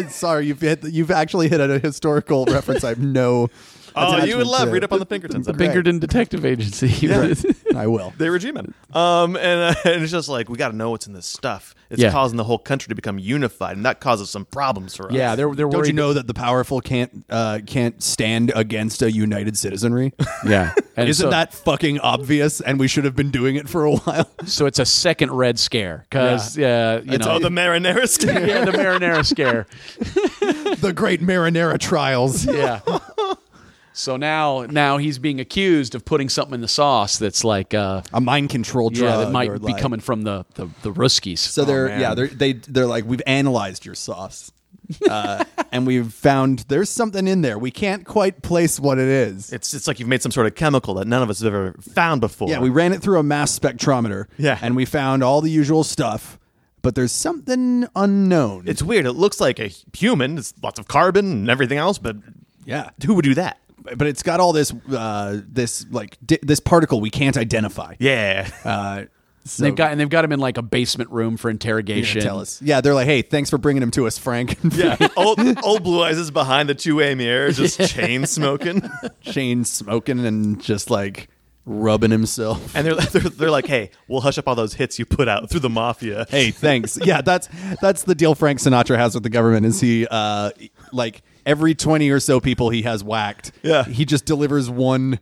B: sorry, you've hit you've actually hit a historical <laughs> reference. I have no.
C: <laughs> Oh, you would
B: attachment
C: love
B: to.
C: read
B: <laughs>
C: up on the Pinkertons.
B: The Pink-
D: Pinkerton Detective Agency. <laughs>
B: I will.
C: they were G-men. Um, and, uh, <laughs> and it's just like we got to know what's in this stuff. It's
D: Yeah.
C: causing the whole country to become unified, and that causes some problems for us.
D: yeah, they're they're
B: Don't
D: worried.
B: you know that the powerful can't uh, can't stand against a united citizenry?
D: Yeah, and
B: Isn't
D: so,
B: that fucking obvious? And we should have been doing it for a while. <laughs>
D: so? It's a second Red Scare because uh, you
C: it's
D: know
C: all
D: <laughs>
C: the marinara scare.
D: yeah the Marinara Scare.
B: the Great Marinara Trials.
D: Yeah. So now now he's being accused of putting something in the sauce that's like uh,
B: A mind control drug
D: yeah that
B: or
D: might be
B: like-
D: coming from the the, the Ruskies.
B: So they're
C: Oh, man.
B: yeah they're they they're like we've analyzed your sauce,
C: <laughs>
B: uh, and we've found there's something in there we can't quite place what it is.
C: It's it's like you've made some sort of chemical that none of us have ever found before.
B: yeah, we ran it through a mass spectrometer.
C: Yeah.
B: and we found all the usual stuff, but there's something unknown.
C: It's weird. It looks like a human. It's lots of carbon and everything else, but
B: yeah,
C: who would do that?
B: but it's got all this uh, this like di- this particle we can't identify.
D: <laughs>
C: Yeah.
B: Uh, so
D: they've got and they've got him in like a basement room for
B: they're
D: interrogation.
B: gonna tell us. Yeah, they're like, hey, thanks for bringing him to us, Frank. <laughs>
C: yeah. <laughs> old old blue eyes is behind the two way mirror,
D: <laughs>
C: just chain smoking,
B: Shane smoking and just like rubbing himself.
C: and they're, <laughs> they're they're like, hey, we'll hush up all those hits you put out through the mafia.
B: hey thanks yeah that's that's the deal frank sinatra has with the government is he uh like every 20 or so people he has whacked
C: Yeah.
B: he just delivers one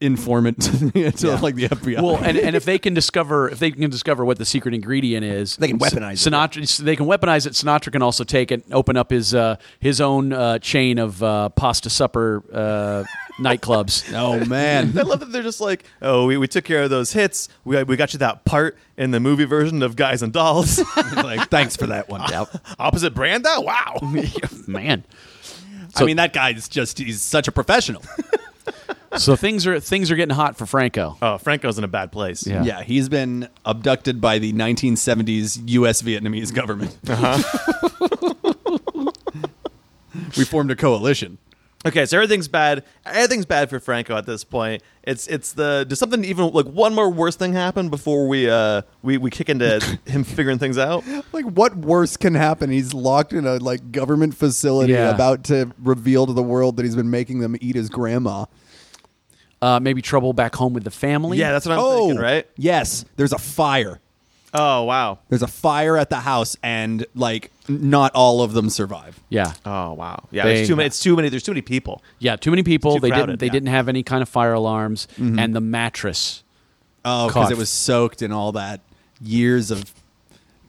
B: informant <laughs> to, the- to, like the fbi
D: Well, and, and if they can discover if they can discover what the secret ingredient is,
B: They can weaponize it.
D: Sinatra, They can weaponize it. Sinatra can also take it, open up his uh, his own uh, chain of uh, pasta supper uh,
B: <laughs>
D: nightclubs.
B: <laughs>
D: <laughs>
B: oh man
C: I love that they're just like, oh, we, we took care of those hits. We, we got you that part in the movie version of Guys and <laughs> Dolls.
B: like thanks for that one
C: Opposite brand, though? Wow.
D: Man,
B: i mean that guy's just he's such a professional
D: so things are things are getting hot for Franco.
C: Oh, Franco's in a bad place.
D: Yeah.
B: yeah he's been abducted by the
D: Uh-huh.
B: 1970s us vietnamese government <laughs> we formed a coalition.
C: Okay, so everything's bad. Everything's bad for Franco at this point. It's it's the does something even like one more worse thing happen before we uh we, we kick <laughs> into him figuring things out?
B: Like, what worse can happen? He's locked in a like government facility,
D: Yeah.
B: about to reveal to the world that he's been making them eat his grandma.
D: Uh, maybe trouble back home with the family.
C: Yeah, that's what I'm thinking, right?
B: Oh, yes, there's a fire.
C: Oh wow.
B: There's a fire at the house, and like, not all of them survive.
D: yeah,
C: Oh wow. Yeah,
D: They-
C: there's too many. It's too many. There's too many people.
D: yeah. Too many people.
C: Too
D: they
C: crowded,
D: didn't. They
C: yeah.
D: didn't have any kind of fire alarms,
B: Mm-hmm.
D: and the mattress.
B: Oh, because
D: Caught.
B: it was soaked in all that years of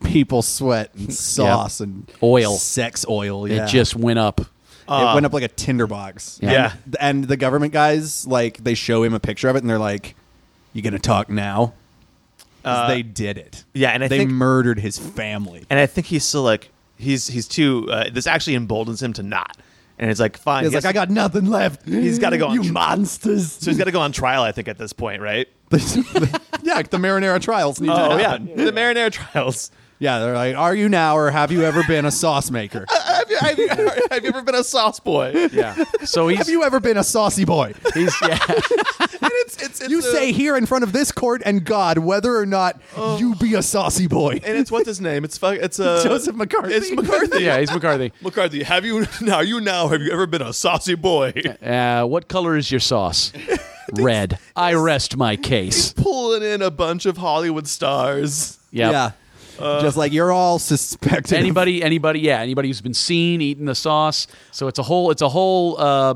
B: people sweat
D: <laughs>
B: and sauce and
D: Oil.
B: sex oil.
D: It
B: Yeah,
D: just went up.
B: it went up like a tinderbox.
D: Yeah.
C: Ah. Yeah.
B: And, and the government guys like they show him a picture of it, and they're like, "You gonna talk now?" 'Cause they did it.
C: Uh, yeah, and I
B: they
C: think-
B: murdered his family.
C: And I think he's still like he's he's too. Uh, this actually emboldens him to not. And it's like fine.
B: He's
C: yes-
B: like, "I got nothing left." He's
C: gotta go on
B: You
C: tr- <laughs>
B: monsters.
C: So he's got to go on trial. I think at this point, right?
B: <laughs> yeah, the Marinara trials need to
C: Oh yeah,
B: happen.
C: the marinara trials.
B: Yeah, they're like, "Are you now, or have you ever been a sauce
C: <laughs>
B: maker?
C: have, you, have, you, have you ever been a sauce boy?
D: Yeah. <laughs>
C: Oh,
D: So he's
B: have you ever been a saucy
C: <laughs>
B: boy?"
D: he's <laughs> yeah.
C: It's, it's, it's uh,
B: You
C: a-
B: say here in front of this court and God whether or not you be a saucy boy.
C: Oh. and it's what's his name? It's fuck. It's uh,
B: Joseph McCarthy.
C: It's McCarthy.
D: yeah, he's McCarthy.
C: McCarthy. Have you now? You now? Have you ever been a saucy boy?
D: Uh, what color is your <laughs> sauce? Red. I rest my case.
C: Pulling in a bunch of Hollywood stars.
D: Yep.
B: Yeah.
D: Yeah.
B: Just like you're all suspected. of-
D: Anybody, anybody, yeah, anybody who's been seen eating the sauce. So it's a whole, it's a whole uh,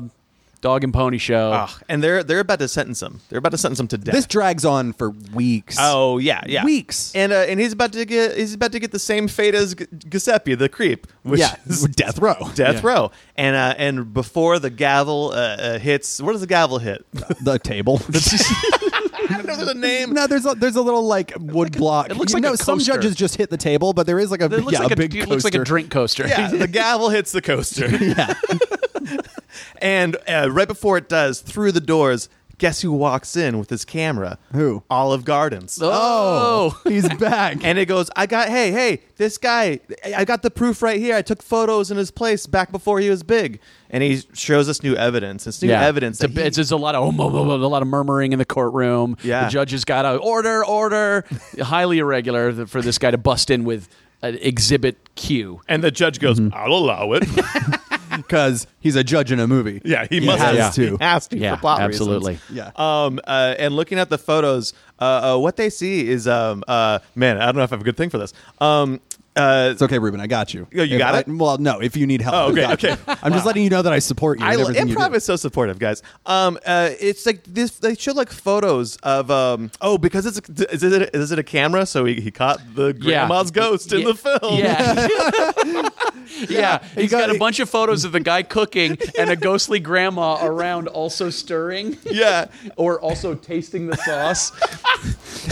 D: dog and pony show.
C: Ugh. And they're they're about to sentence him. They're about to sentence him to
B: <laughs>
C: death.
B: This drags on for weeks.
C: Oh yeah, yeah.
B: Weeks.
C: and uh, and he's about to get he's about to get the same fate as G- Giuseppe the creep, which
B: yeah.
C: is
B: Death row.
C: death row. And uh, and before the gavel uh, uh, hits, what does the gavel hit?
B: <laughs> the table. <laughs>
C: <laughs> I don't know the name.
B: no, there's a, there's a little like wood block.
C: it looks
B: You
C: like
B: know,
C: a
B: some
C: coaster.
B: judges just hit the table, but there is like a
C: It looks
B: yeah,
C: like
B: a
C: a-
B: big
D: it
B: coaster.
D: looks like
B: <laughs>
D: a drink
C: <laughs>
D: coaster.
C: Yeah,
D: <laughs>
C: the gavel hits the coaster. <laughs> yeah. and uh, right before it does, through the doors, guess who walks in with his camera?
B: Who?
C: Olive Gardens.
D: Oh, <laughs>
B: He's back.
C: And it goes, I got, hey, hey, this guy, I I got the proof right here. I took photos in his place back before he was big. And he shows us new evidence. It's new
D: yeah.
C: evidence.
D: It's, a,
C: that he-
D: it's, it's a lot of oh, blah, blah, blah, a lot of murmuring in the courtroom.
C: Yeah.
D: the judge has got to order, order. Highly irregular th- for this guy to bust in with an exhibit Q.
C: and the judge goes,
D: Mm-hmm.
C: I'll allow it. <laughs>
B: Because he's a judge in a movie.
C: <laughs> yeah, he
B: He
C: must
B: has
C: have
B: to.
C: He has to
D: Yeah,
C: for plot reasons.
D: absolutely.
B: Yeah.
C: Um, uh, and looking at the photos, uh, uh, what they see is, um, uh, man, I don't know if I have a good thing for this. Um, uh,
B: It's okay, Ruben. I got you.
C: Oh, you
B: If
C: got
B: I-
C: it?
B: Well, no. If you need help,
C: Oh, okay,
B: I've got you.
C: okay.
B: I'm just letting you know that I support you.
C: I
B: in
C: lo-
B: everything you
C: improv
B: do.
C: is so supportive, guys. Um, uh, it's like this. They show like photos of um. Oh, because it's a, is it is it a camera? So he, he caught the
D: Yeah.
C: grandma's ghost in
D: Yeah.
C: the film.
D: Yeah. yeah. He's
B: got-
D: got, a bunch of photos of the guy
B: <laughs>
D: cooking and a ghostly grandma around also stirring
C: <laughs>
D: <laughs>
C: yeah. <laughs>
D: or also tasting
B: <laughs>
D: the sauce.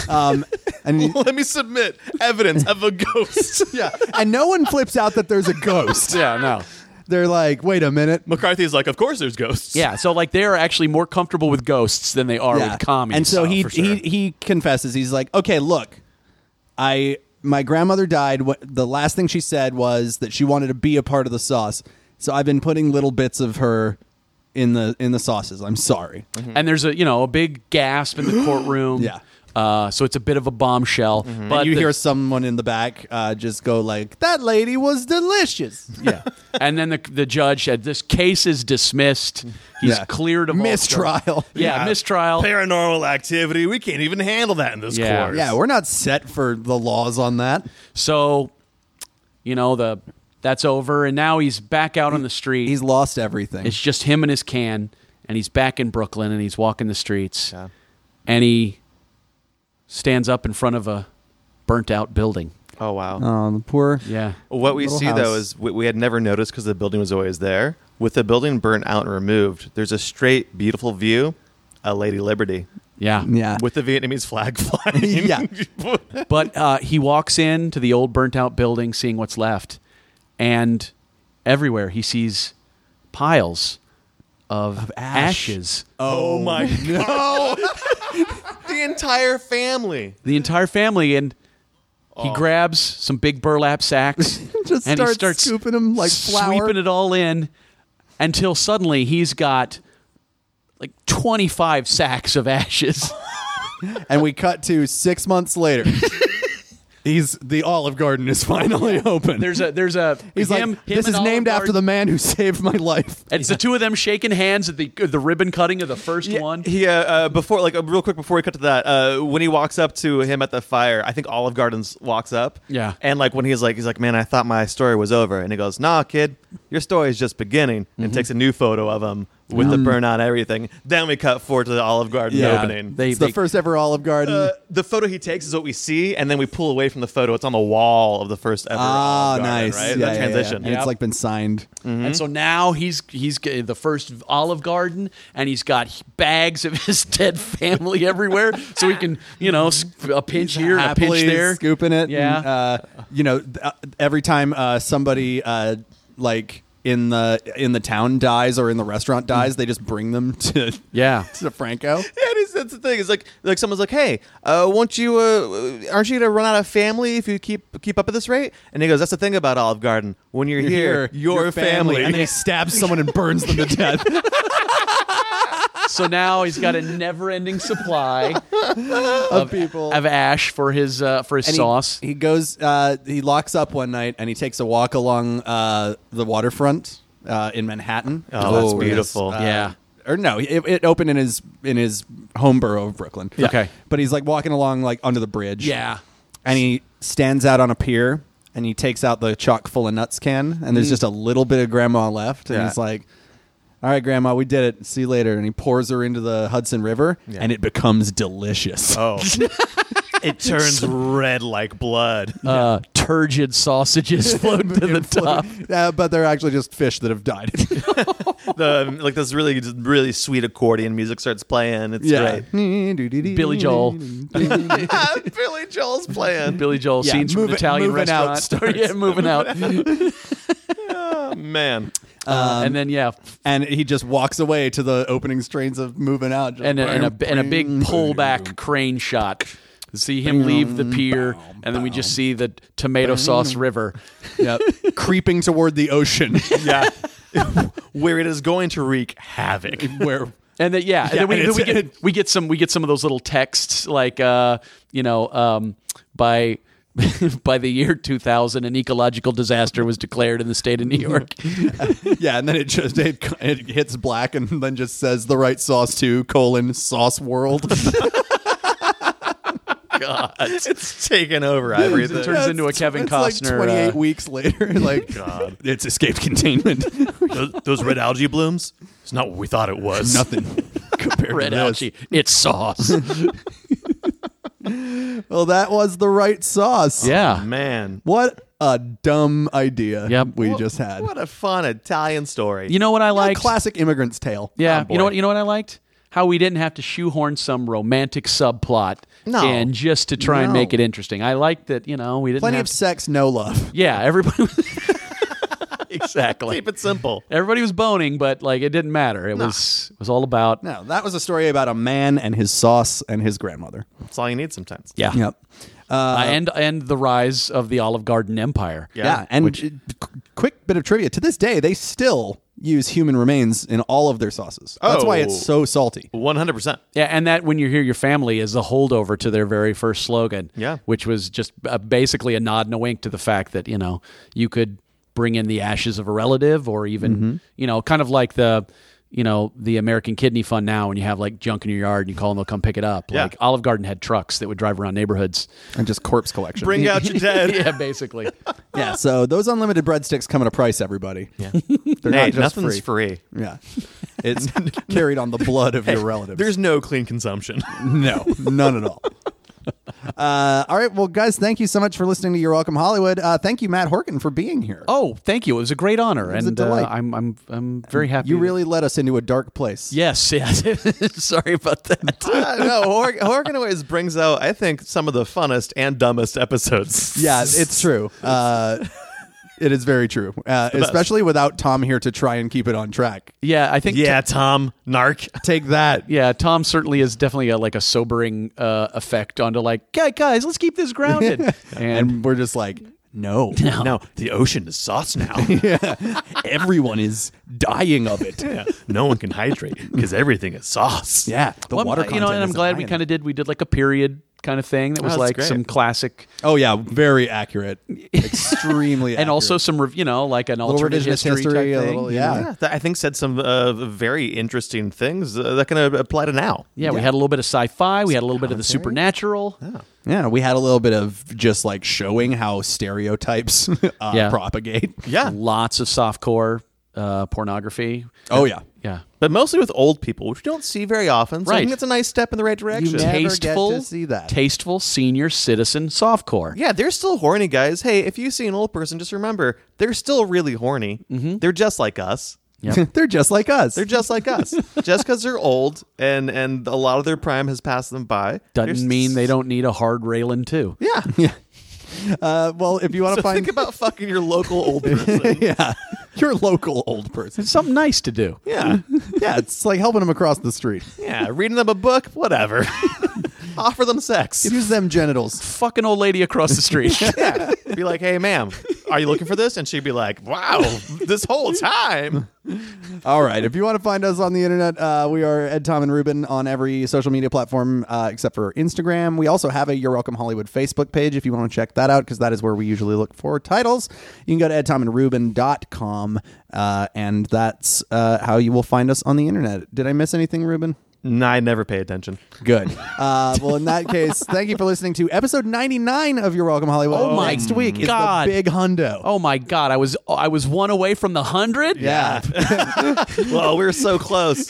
B: Um, and
C: <laughs>
B: he-
C: Let me submit evidence of a ghost. <laughs>
B: Yeah. And no one flips out that there's a ghost.
D: yeah, no.
B: They're like, wait a minute.
C: McCarthy's like, of course there's ghosts.
D: Yeah, so like they are actually more comfortable with ghosts than they are
B: Yeah.
D: with commies.
B: And so
D: Oh,
B: he,
D: for sure.
B: he he confesses. He's like, okay, look, I my grandmother died. What the last thing she said was that she wanted to be a part of the sauce. So I've been putting little bits of her in the in the sauces. I'm sorry.
C: Mm-hmm.
D: and there's a you know a big gasp
B: <gasps>
D: in the courtroom.
B: Yeah.
D: Uh, so it's a bit of a bombshell,
C: Mm-hmm.
D: but
B: And you
D: the-
B: hear someone in the back uh, just go like, "That lady was delicious."
D: yeah. <laughs> and then the the judge said this case is dismissed. He's
B: Yeah.
D: cleared of all
B: Mistrial.
D: charges." <laughs> Yeah,
C: Yeah.
D: mistrial.
C: Paranormal activity. We can't even handle that in this
D: Yeah.
C: court.
B: Yeah, we're not set for the laws on that.
D: So, you know, the that's over, and now he's back out on the street.
B: He's lost everything.
D: it's just him and his can, and he's back in Brooklyn, and he's walking the streets, and he stands up in front of a burnt out building.
C: Oh wow.
B: Oh, the poor.
D: Yeah,
C: What we
B: Little
C: see though
B: house.
C: is we, we had never noticed because the building was always there. With the building burnt out and removed, there's a straight, beautiful view of Lady Liberty
D: yeah,
B: Yeah.
C: with the Vietnamese flag <laughs> flying.
B: Yeah.
D: But uh, he walks into the old burnt out building, seeing what's left, and everywhere he sees piles of,
B: ash.
D: ashes.
C: oh my god! <laughs> the entire family.
D: the entire family and he grabs some big burlap sacks
B: Oh. <laughs> Just
D: and
B: starts
D: he starts
B: scooping 'em like flour.
D: sweeping it all in until suddenly he's got like 25 sacks
B: <laughs>
D: of ashes.
B: and we cut to six months
D: <laughs>
B: later. He's the Olive Garden is finally open.
D: There's a there's a
B: He's
D: him-
B: like,
D: him
B: this
D: and
B: is named
D: Olive
B: after the
D: Garden."
B: man who <laughs> saved my life.
D: It's the two of them shaking hands at the the ribbon cutting of the first one.
C: He uh, uh, before like uh, real quick before we cut to that, uh, when he walks up to him at the fire, I think Olive Gardens walks up.
D: Yeah.
C: and like when he's like he's like, man, I thought my story was over, and he goes, Nah, kid, your story's just beginning, and
B: Mm-hmm.
C: takes a new photo of him with the burn on everything. Then we cut forward to the Olive Garden
B: Um, Yeah,
C: opening.
D: they-
B: It's the first ever Olive Garden.
C: uh, the photo he takes is what we see, and then we pull away from the photo. It's on the wall of the first ever.
B: ah,
C: Olive Garden,
B: nice.
C: Right?
B: Yeah,
C: that
B: yeah, yeah.
C: transition.
B: And
D: Yep. Mm.
B: It's like been signed.
D: And so now he's he's g- the first Olive Garden, and he's got bags of his <laughs> dead family everywhere, so he can you know s- a pinch here, and a pinch
B: Happily
D: there.
B: scooping it.
D: Mm. Yeah.
B: and, uh, you know, th- uh, every time uh, somebody uh, like in the in the town dies or in the
D: Mm.
B: restaurant dies, they just bring them to
D: Yeah.
B: <laughs> to Franco.
C: Yeah, it is, that's the thing. It's like like someone's like, "Hey, uh, won't you? Uh, aren't you gonna run out of family if you keep keep up at this rate?" And he goes, "That's the thing about Olive Garden. When you're, here, <laughs> your, family."
B: and then he stabs someone and burns
D: <laughs>
B: them to death.
D: So now he's got a never-ending supply
B: <laughs> of people.
D: of ash for his uh, for his
B: And he-
D: sauce.
B: He, goes. Uh, he locks up one night and he takes a walk along uh, the waterfront uh, in Manhattan.
C: Oh, that's beautiful.
B: Uh,
D: Yeah.
B: Or no, it, it opened in his in his home borough of Brooklyn.
D: Yeah. Okay.
B: But he's like walking along like under the bridge.
D: yeah,
B: And he stands out on a pier and he takes out the chock full of nuts can and
D: Mm.
B: there's just a little bit of grandma left and
C: Yeah.
B: he's like. All right, Grandma, we did it. See you later. And he pours her into the Hudson River, and it becomes delicious.
C: <laughs> oh, it turns red like blood.
D: Uh,
B: <laughs>
D: turgid sausages floating to the top.
B: Uh, but they're actually just fish that have died. <laughs>
C: the like this really really sweet accordion music starts playing. It's <laughs> great.
D: Billy Joel,
C: Ah, Billy Joel's playing.
D: <laughs> Billy Joel
B: Yeah,
D: scenes from an
B: moving-
D: Italian
B: moving out
D: restaurant. <laughs>
B: starts.
D: yeah,
B: <laughs>
D: moving out,
C: <laughs> Oh, man,
D: Uh, and then yeah,
B: and he just walks away to the opening strains of moving out.
D: and a, and a, and a big pullback crane shot. See him leave the pier, and then we just see the tomato sauce river.
B: Yep.
D: <laughs>
B: creeping toward the ocean.
C: yeah, <laughs> where it is going to wreak havoc.
B: <laughs> Where
D: And then yeah, and
B: Yeah,
D: then we,
B: and
D: then we
B: it's- <laughs>
D: get we get some we get some of those little texts like uh, you know um, by. <laughs> By the year 2000, an ecological disaster was declared in the state of New York.
B: yeah, and then it just it, it hits black and then just says the right sauce to colon sauce
D: <laughs>
B: world.
C: <laughs> God, it's taken over everything.
D: It turns into a Kevin
B: it's
D: Costner,
B: Like Twenty eight
D: uh,
B: weeks later, <laughs>
D: <laughs>
B: like
C: God.
B: <laughs> it's escaped containment.
C: those, those red algae blooms? It's not what we thought it was.
B: Nothing compared
D: Red
B: to this.
D: algae,
B: <laughs>
D: it's sauce.
B: Well, that was the right sauce.
D: yeah,
C: Man.
B: What a dumb idea
D: Yep.
B: we just had.
C: What a fun Italian story.
D: you know what I
B: a
D: like?
B: classic immigrant's tale.
D: Yeah,
C: Oh,
D: you know
C: boy.
D: what? You know what I liked? How we didn't have to shoehorn some romantic subplot
C: No.
D: and just to try and make
B: No.
D: it interesting. I liked that. You know, we didn't.
B: Plenty
D: have
B: of sex, no love.
D: to- yeah, everybody. <laughs> exactly.
C: Keep it simple.
D: Everybody was boning, but like it didn't matter. It was it was all about
B: No, that was a story about a man and his sauce and his grandmother.
C: That's all you need sometimes.
D: yeah,
B: Yep.
D: Uh, and and the rise of the Olive Garden Empire.
C: Yeah.
B: Yeah, and j- qu- quick bit of trivia: to this day, they still use human remains in all of their sauces. That's why
C: Oh.
B: it's so salty.
C: 100%.
D: Yeah, and that when you hear your family is a holdover to their very first slogan.
C: Yeah.
D: which was just uh, basically a nod and a wink to the fact that you know you could bring in the ashes of a relative, or even you know, kind of like the you know the American Kidney Fund now, when you have like junk in your yard and you call and they'll come pick it up.
C: Yeah.
D: Like Olive Garden had trucks that would drive around neighborhoods.
B: And just corpse collection.
C: Bring out
D: <laughs>
C: your dead.
D: yeah, basically.
B: <laughs> yeah, so those unlimited breadsticks come at a price, everybody. Yeah, they're
C: hey,
B: not just
C: nothing's
B: free.
C: free.
B: Yeah, it's carried on the blood of your relatives.
C: There's no
B: <laughs>
C: clean consumption.
B: No, none at all. Uh, all right, well, guys, thank you so much for listening to Your Welcome Hollywood. Uh, thank you, Matt Horkin, for being here.
D: Oh, thank you. It was a great honor,
B: was a
D: and uh,
B: delight.
D: I'm I'm I'm very happy.
B: you
D: that-
B: really led us into a dark place.
D: Yes, yes. Sorry about that.
C: I don't know. Uh, Hor- Horgan always brings out, I think, some of the funnest and dumbest episodes.
B: Yeah, it's
D: <laughs>
B: true. Uh, it is very true, uh, especially without Tom here to try and keep it on track.
D: <laughs> Yeah, I
C: <laughs>
D: think
C: Yeah, Tom. Narc.
B: Take
D: <laughs>
B: that.
D: yeah, Tom certainly is definitely a, like a sobering uh, effect onto like, "Guy- guys, let's keep this grounded. and
B: And we're just like,
D: <laughs>
B: No.
C: No, the ocean is
B: <laughs>
C: sauce now.
B: Everyone is dying of it.
C: Yeah, no one can hydrate because everything is sauce.
B: Yeah, the
D: Well,
B: water
D: You know,
B: content
D: and I'm
B: is
D: glad we
B: high
D: kind of did. We did like a period kind of thing that was
C: that's
D: like
C: great.
D: some classic,
B: enough. Oh yeah, very
D: <laughs>
B: accurate. Extremely accurate.
D: and also some rev- you know like an
B: little
D: alternate
B: revisionist
D: history,
B: history,
D: type
B: a
D: thing.
B: little
D: you know?
B: yeah.
C: Yeah, that, I think said some uh, very interesting things uh, that can uh, apply to now.
D: Yeah, we had a little bit of sci-fi. We had a little bit of the supernatural.
B: Yeah, we had a little bit of just like showing how stereotypes <laughs> uh,
D: Yeah.
B: propagate.
C: Yeah,
D: Lots of softcore uh, pornography.
B: Oh yeah. <laughs>
D: Yeah.
C: but mostly with old people, which we don't see very often. So I
D: Right.
C: think that's a nice step in the right direction.
B: never get
D: tasteful,
B: to see that.
D: tasteful senior citizen softcore.
C: yeah, they're still horny, guys. Hey, if you see an old person, just remember they're still really horny.
D: Mm-hmm.
C: They're just like us.
B: They're just like us.
C: They're just like
D: <laughs>
C: us. just because they're old and and a lot of their prime has passed them by
D: Doesn't
C: they're
D: mean
C: s-
D: they don't need a hard railing too.
B: <laughs>
C: Yeah.
B: uh, well, if you want to
C: <laughs> So
B: find
C: think about fucking your local
D: <laughs>
B: <laughs>
C: old person.
B: yeah, your local old person.
D: It's something nice to do.
C: yeah.
B: Yeah, it's like helping them across the street.
C: Yeah. Reading them a book,
D: <laughs>
C: whatever. Offer them sex.
B: Use them genitals.
D: Fucking old lady <laughs> across the street.
C: Yeah. Be like, hey, ma'am, are you looking for this? And she'd be like, wow, this whole time.
B: All right. If you want to find us on the internet, uh, we are Ed, Tom, and Ruben on every social media platform uh, except for Instagram. We also have a You're Welcome Hollywood Facebook page if you want to check that out because that is where we usually look for titles. You can go to edtomandruben.com uh, and that's uh, how you will find us on the internet. Did I miss anything, Ruben?
C: No, I never pay attention.
B: Good. Uh, well, in that case, thank you for listening to episode 99 of Your Welcome Hollywood.
D: Oh my
B: Next week
D: God.
B: is the big hundo.
D: oh my god, I was I was one away from the hundred.
B: yeah.
C: Well, we were so close.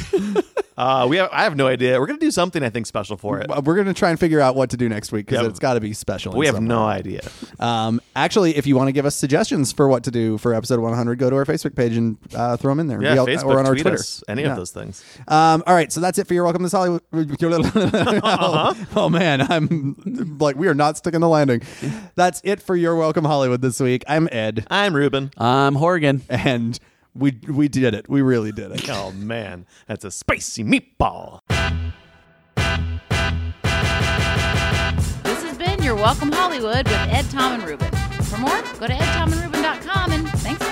C: Uh, we have, I have no idea. We're going to do something, I think, special for it.
B: <laughs> Well, We're going to try and figure out what to do next week because
C: Yeah.
B: it's got to be special.
C: We
B: in
C: have
B: some
C: no idea.
B: Um, actually, if you want to give us suggestions for what to do for episode 100, go to our Facebook page and uh, throw them in there.
C: Yeah,
B: We all-
C: Facebook,
B: or on our
C: tweet
B: Twitter.
C: us, any
B: Yeah.
C: of those things.
B: Um, all right, so that's it for your welcome to this Hollywood. <laughs>
C: Uh-huh.
B: oh, oh, man, I'm like we are not sticking the landing. That's it for your welcome Hollywood this week. I'm Ed, <laughs>
C: I'm Ruben.
D: I'm Horgan. <laughs>
B: and we we did it. We really did it.
C: Oh, man. That's a spicy meatball.
A: This has been Your Welcome Hollywood with Ed, Tom, and Ruben. For more, go to edtomandruben.com and thanks